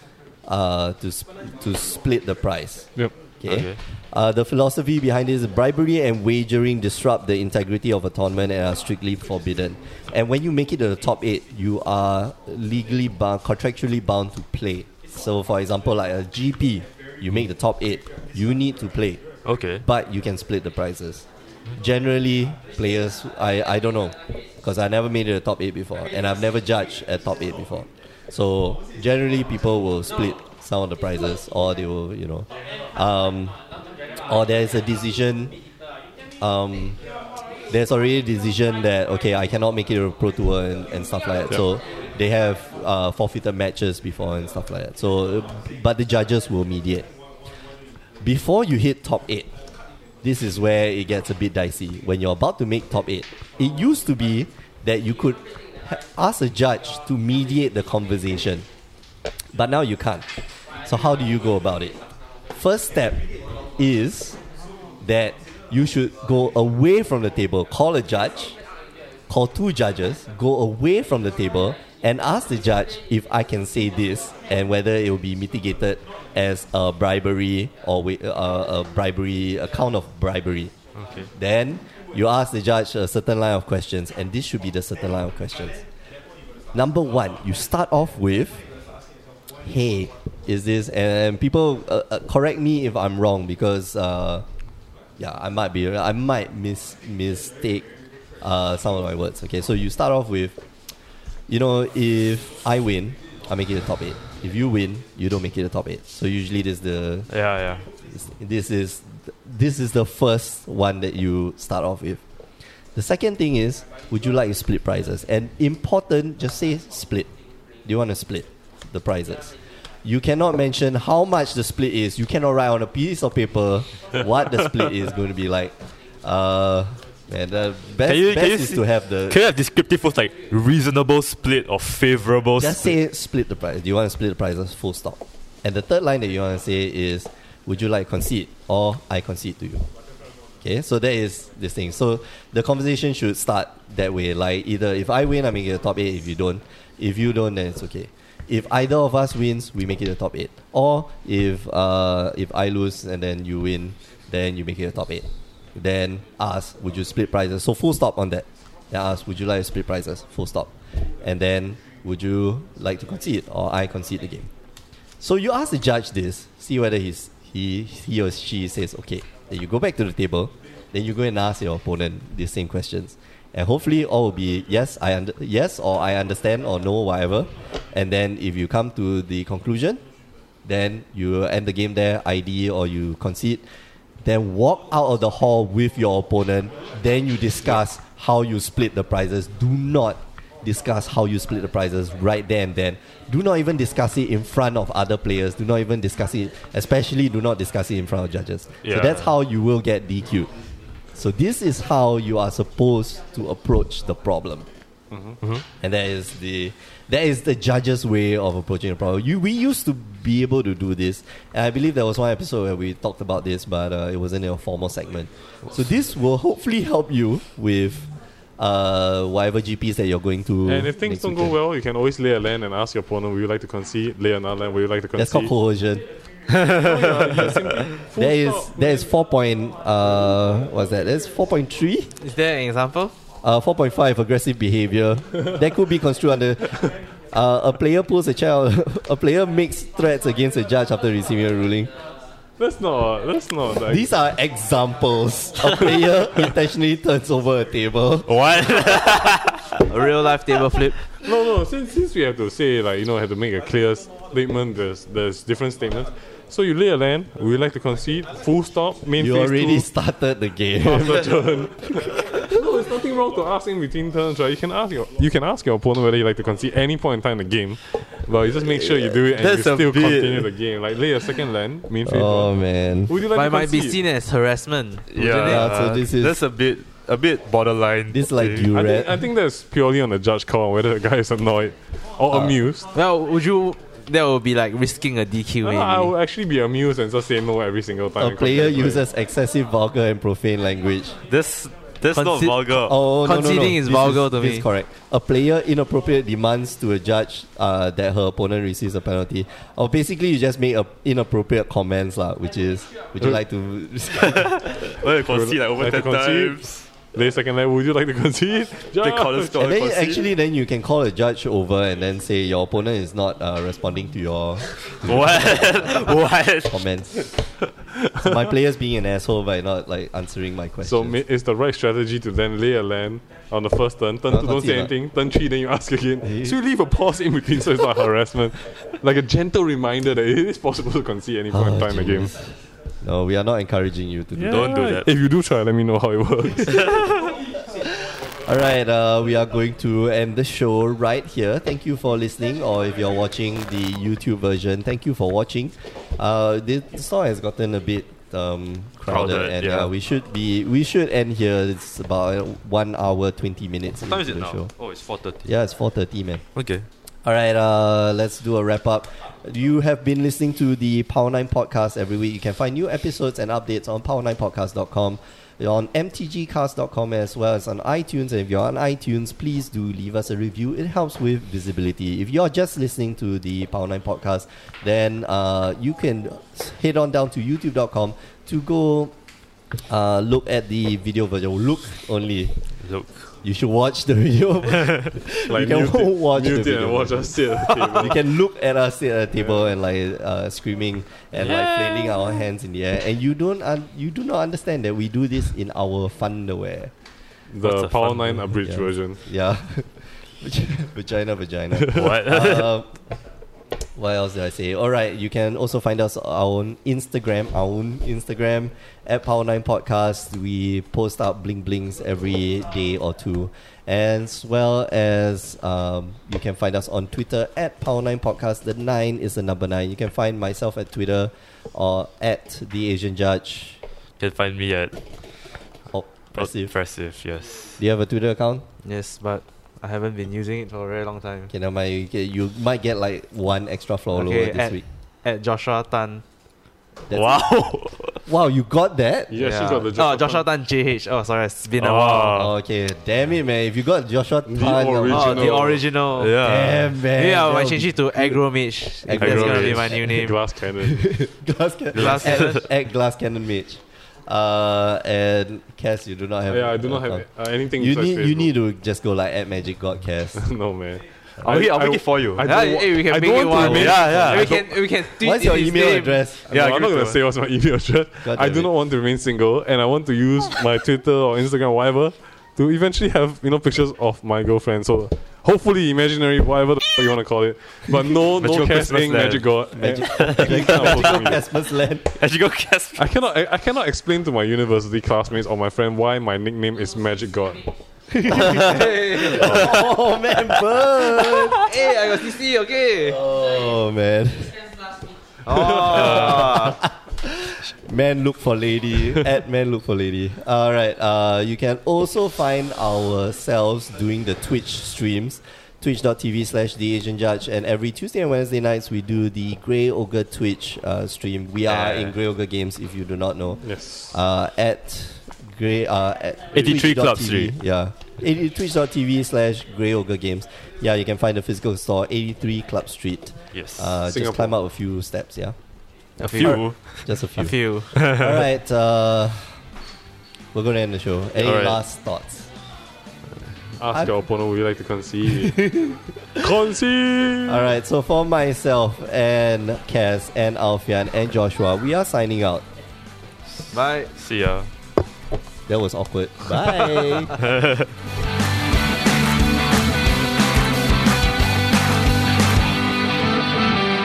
S1: uh, to sp- to split the price.
S3: Yep.
S1: Okay.
S2: Okay.
S1: Uh, the philosophy behind this is bribery and wagering disrupt the integrity of a tournament and are strictly forbidden. And when you make it to the top eight, you are legally bound, contractually bound to play. So, for example, like a GP, you make the top eight, you need to play,
S2: Okay.
S1: but you can split the prizes. Generally, players, I, I don't know, because I never made it to the top eight before, and I've never judged at top eight before. So, generally, people will split some of the prizes, or they will, you know. Um, or there's a decision um, there's already a decision that okay I cannot make it to a pro tour and, and stuff like that so they have uh, forfeited matches before and stuff like that so but the judges will mediate before you hit top 8 this is where it gets a bit dicey when you're about to make top 8 it used to be that you could ha- ask a judge to mediate the conversation but now you can't so how do you go about it first step is that you should go away from the table, call a judge, call two judges, go away from the table and ask the judge if I can say this and whether it will be mitigated as a bribery or wa- uh, a bribery, a count of bribery.
S2: Okay.
S1: Then you ask the judge a certain line of questions, and this should be the certain line of questions. Number one, you start off with, "Hey, is this?" And people uh, uh, correct me if I'm wrong because, uh, yeah, I might be, I might mis- mistake uh, some of my words. Okay, so you start off with, you know, if I win, I make it the top eight. If you win, you don't make it the top eight. So usually this is the
S2: Yeah, yeah.
S1: this is this is the first one that you start off with. The second thing is, would you like to split prizes? And important, just say split. Do you want to split the prizes? You cannot mention how much the split is. You cannot write on a piece of paper what the split is going to be like. Uh, and the best,
S2: Can you- can
S1: best
S2: you
S1: is
S2: see-
S1: to have the
S2: Can you have descriptive words like reasonable split or favorable
S1: just
S2: split?
S1: say split the price. Do you want to split the prices? Full stop. And the third line that you want to say is, "Would you like concede or I concede to you?" Okay, so that is this thing. So the conversation should start that way. Like either if I win, I make it the top eight. If you don't, if you don't, then it's okay. If either of us wins, we make it the top eight. Or if uh, if I lose and then you win, then you make it the top eight. Then ask, would you split prices? So full stop on that. Then ask, would you like to split prices? Full stop. And then would you like to concede or I concede the game? So you ask the judge this, see whether he's he he or she says okay. Then you go back to the table, then you go and ask your opponent the same questions, and hopefully all will be yes I under, yes or I understand or no whatever, and then if you come to the conclusion, then you end the game there ID or you concede, then walk out of the hall with your opponent. Then you discuss how you split the prizes. Do not discuss how you split the prizes right there and then. Do not even discuss it in front of other players. Do not even discuss it, especially do not discuss it in front of judges.
S2: Yeah.
S1: So that's how you will get DQ'd. So this is how you are supposed to approach the problem.
S3: Mm-hmm.
S1: And that is the that is the judge's way of approaching a problem. You, we used to be able to do this, and I believe there was one episode where we talked about this, but uh, it wasn't in a formal segment. So this will hopefully help you with uh, whatever GPS that you're going to.
S3: And if things
S1: next
S3: don't go
S1: weekend.
S3: well, you can always lay a land and ask your opponent, "Would you like to concede?" Lay another land, "Would you like to concede?"
S1: that's called coercion.
S3: Oh, Full
S1: There is
S3: stop.
S1: there is four point uh what's that? That's four point three.
S4: Is there an example?
S1: Uh, 4.5 aggressive behavior that could be construed under uh, a player pulls a child a player makes threats against a judge after receiving a ruling
S3: That's not. That's not. Like,
S1: these are examples a player intentionally turns over a table
S2: What?
S4: A real life table flip.
S3: No, no. Since since we have to say like you know have to make a clear statement. There's there's different statements. So you lay a land. We like to concede. Full stop. Main
S1: you
S3: phase
S1: already
S3: two.
S1: started the game
S3: After turn. no, there's nothing wrong to ask in between turns, right? You can ask your you can ask your opponent whether you like to concede any point in time in the game, but you just make sure you do it and
S2: That's
S3: you
S2: a
S3: still
S2: bit-
S3: continue the game. Like lay a second land, main phase
S1: oh
S3: one.
S1: man
S3: Would you
S4: But
S3: like
S4: it
S3: to
S4: might be
S3: concede?
S4: seen as harassment.
S2: yeah.
S1: Yeah, so this is-
S2: that's a bit a bit borderline.
S1: this is like
S2: thing.
S1: you
S3: I think, I
S1: read
S3: think that's purely on the judge call whether the guy is annoyed
S1: Uh,
S3: or amused.
S4: Well, would you? That would be like risking a DQ.
S3: No,
S4: Maybe.
S3: no, I will actually be amused and just say no every single time.
S1: a
S3: and
S1: player
S3: complain.
S1: uses excessive vulgar and profane language
S2: That's that's not
S4: Consi-
S2: vulgar.
S1: Oh, no, no, no.
S4: Conceding is
S1: This
S4: vulgar to
S1: this
S4: me.
S1: is correct. A player inappropriate demands to a judge uh, that her opponent receives a penalty. Or basically, you just make a inappropriate comments, lah, which is, would you like to.
S2: Well, you concede like over
S3: Like to
S2: ten
S3: concede.
S2: times.
S3: Lay second line, would you like to concede?
S2: They call the
S3: Judge!
S2: score.
S1: and then you-
S2: concede.
S1: actually, then you can call a judge over and then say your opponent is not uh, responding to your
S2: what? what?
S1: comments. so my player's being an asshole by not like answering my questions.
S3: So ma- it's the right strategy to then lay a land on the first turn. Turn
S1: No,
S3: two,
S1: not
S3: don't say
S1: even.
S3: anything. Turn three, then you ask again.
S1: Eh.
S3: So you leave a pause in between so it's not harassment. Like a gentle reminder that it is possible to concede any point in
S1: Oh,
S3: time in the game.
S1: jeez. no, we are not encouraging you to do that.
S2: Don't do that.
S3: If you do try, let me know how it works.
S1: All right, uh, we are going to end the show right here. Thank you for listening, or if you're watching the YouTube version, thank you for watching. Uh, this song has gotten a bit um, crowded,
S2: Crowded,
S1: and
S2: yeah.
S1: we should be we should end here. It's about one hour twenty minutes.
S2: What time is it
S1: into
S2: now?
S1: the show.
S2: Oh, it's four thirty.
S1: Yeah, it's four thirty, man.
S2: Okay.
S1: All right, uh, let's do a wrap up. You have been listening to the Power 9 podcast every week. You can find new episodes and updates on power9podcast.com, on mtgcast.com, as well as on iTunes. And if you're on iTunes, please do leave us a review. It helps with visibility. If you're just listening to the Power 9 podcast, then uh, you can head on down to youtube.com to go uh, look at the video version. Look only.
S2: Look.
S1: You should watch the video.
S3: like
S1: can
S3: mute it-
S1: watch the
S3: mute it and
S1: video.
S3: watch us sit at the table.
S1: you can look at us sit at a table and like uh, screaming and like flailing our hands in the air, and you don't un- you do not understand that we do this in our funderwear.
S2: What's
S3: The
S2: a
S3: Power
S2: fun
S3: 9 abridged
S1: Yeah.
S3: version.
S1: Yeah, vagina, vagina.
S2: What?
S1: um, what else did I say? All right, you can also find us on Instagram, our own Instagram at Power Nine Podcast. We post up bling blings every day or two, as well as um, you can find us on Twitter at Power Nine Podcast. The nine is the number nine. You can find myself at Twitter or at the Asian Judge.
S2: you can find me at
S1: Oh, impressive.
S2: Impressive, yes.
S1: Do you have a Twitter account?
S4: Yes, but I haven't been using it for a very long time.
S1: Okay, never mind. You get- You might get like one extra follower
S4: Okay,
S1: this
S4: at-
S1: week.
S4: At Joshua Tan.
S1: That's
S2: wow.
S1: Wow, you got that?
S3: Yeah, she got the
S4: Oh,
S3: Joshua
S4: Joshua
S3: Tan.
S4: Tan JH. Oh, sorry, it's been a
S2: Oh.
S4: while.
S1: Okay, damn it, man. If you got Joshua Tan,
S3: original.
S4: Oh, the original.
S2: Yeah.
S1: damn, man.
S4: Maybe I
S1: that
S4: might
S1: would
S4: change
S1: be
S4: it to Agromage. That's gonna be
S2: Agromage.
S4: my new name.
S3: Glass cannon.
S1: Glass Cannon.
S4: Glass Cannon.
S1: at, at Glass Cannon Mitch. Uh, and Cass, you do not have.
S3: yeah, I do not
S1: uh,
S3: have uh, anything.
S1: You
S3: besides
S1: need you need
S3: Facebook.
S1: to just go like at Magic God Cass.
S3: no man.
S2: I'll, make, I'll make it for you.
S3: I-
S4: Yeah,
S3: don't wa-
S4: hey, we can
S3: I
S4: make
S3: don't
S4: it
S3: want to
S4: one.
S3: remain-
S2: Yeah, yeah. I
S4: We can we can tweet
S1: What's your
S4: his
S1: email
S4: name.
S1: address?
S2: Yeah, give
S3: Yeah, I'm
S2: it
S3: not gonna
S2: to
S3: say what's my email address.
S1: God
S3: I
S1: damn
S3: do
S1: it.
S3: not want to remain single, and I want to use my Twitter or Instagram, whatever, to eventually have you know pictures of my girlfriend. So hopefully imaginary, whatever the f- you want to call it, but no, no
S2: Magical Christmas
S3: casting
S2: land.
S3: magic god.
S1: Magic,
S3: Eh, I'm hoping you-
S1: Casper's Land.
S2: As you go,
S1: Uh,
S2: Casper.
S3: I cannot, I, I cannot explain to my university classmates or my friend why my nickname is Magic God.
S1: oh man, burn!
S4: hey, I got CC, okay.
S1: Oh man,
S4: Oh,
S1: man look for lady at man look for lady. All right, uh, you can also find ourselves doing the Twitch streams, twitch.tv slash the Asian Judge, and every Tuesday and Wednesday nights we do the Grey Ogre Twitch uh, stream. We are in Grey Ogre Games, if you do not know.
S3: Yes.
S1: uh, at Grey uh, at
S2: 83 Club
S1: twitch.tv,
S2: Street.
S1: Yeah. 80 Twitch.tv slash Grey Ogre Games. Yeah, you can find the physical store, 83 Club Street.
S2: Yes.
S1: Uh, just
S3: Singapore.
S1: climb up a few steps, yeah.
S2: a few.
S1: Just a few.
S4: a few.
S1: All right. Uh, we're going to end the show. Any
S2: All right.
S1: last thoughts?
S3: Ask
S1: I'm-
S3: your opponent, would you like to concede? concede!
S1: All right. So for myself and Cass and Alfian and Joshua, we are signing out.
S4: Bye.
S2: See ya.
S1: That was awkward. Bye.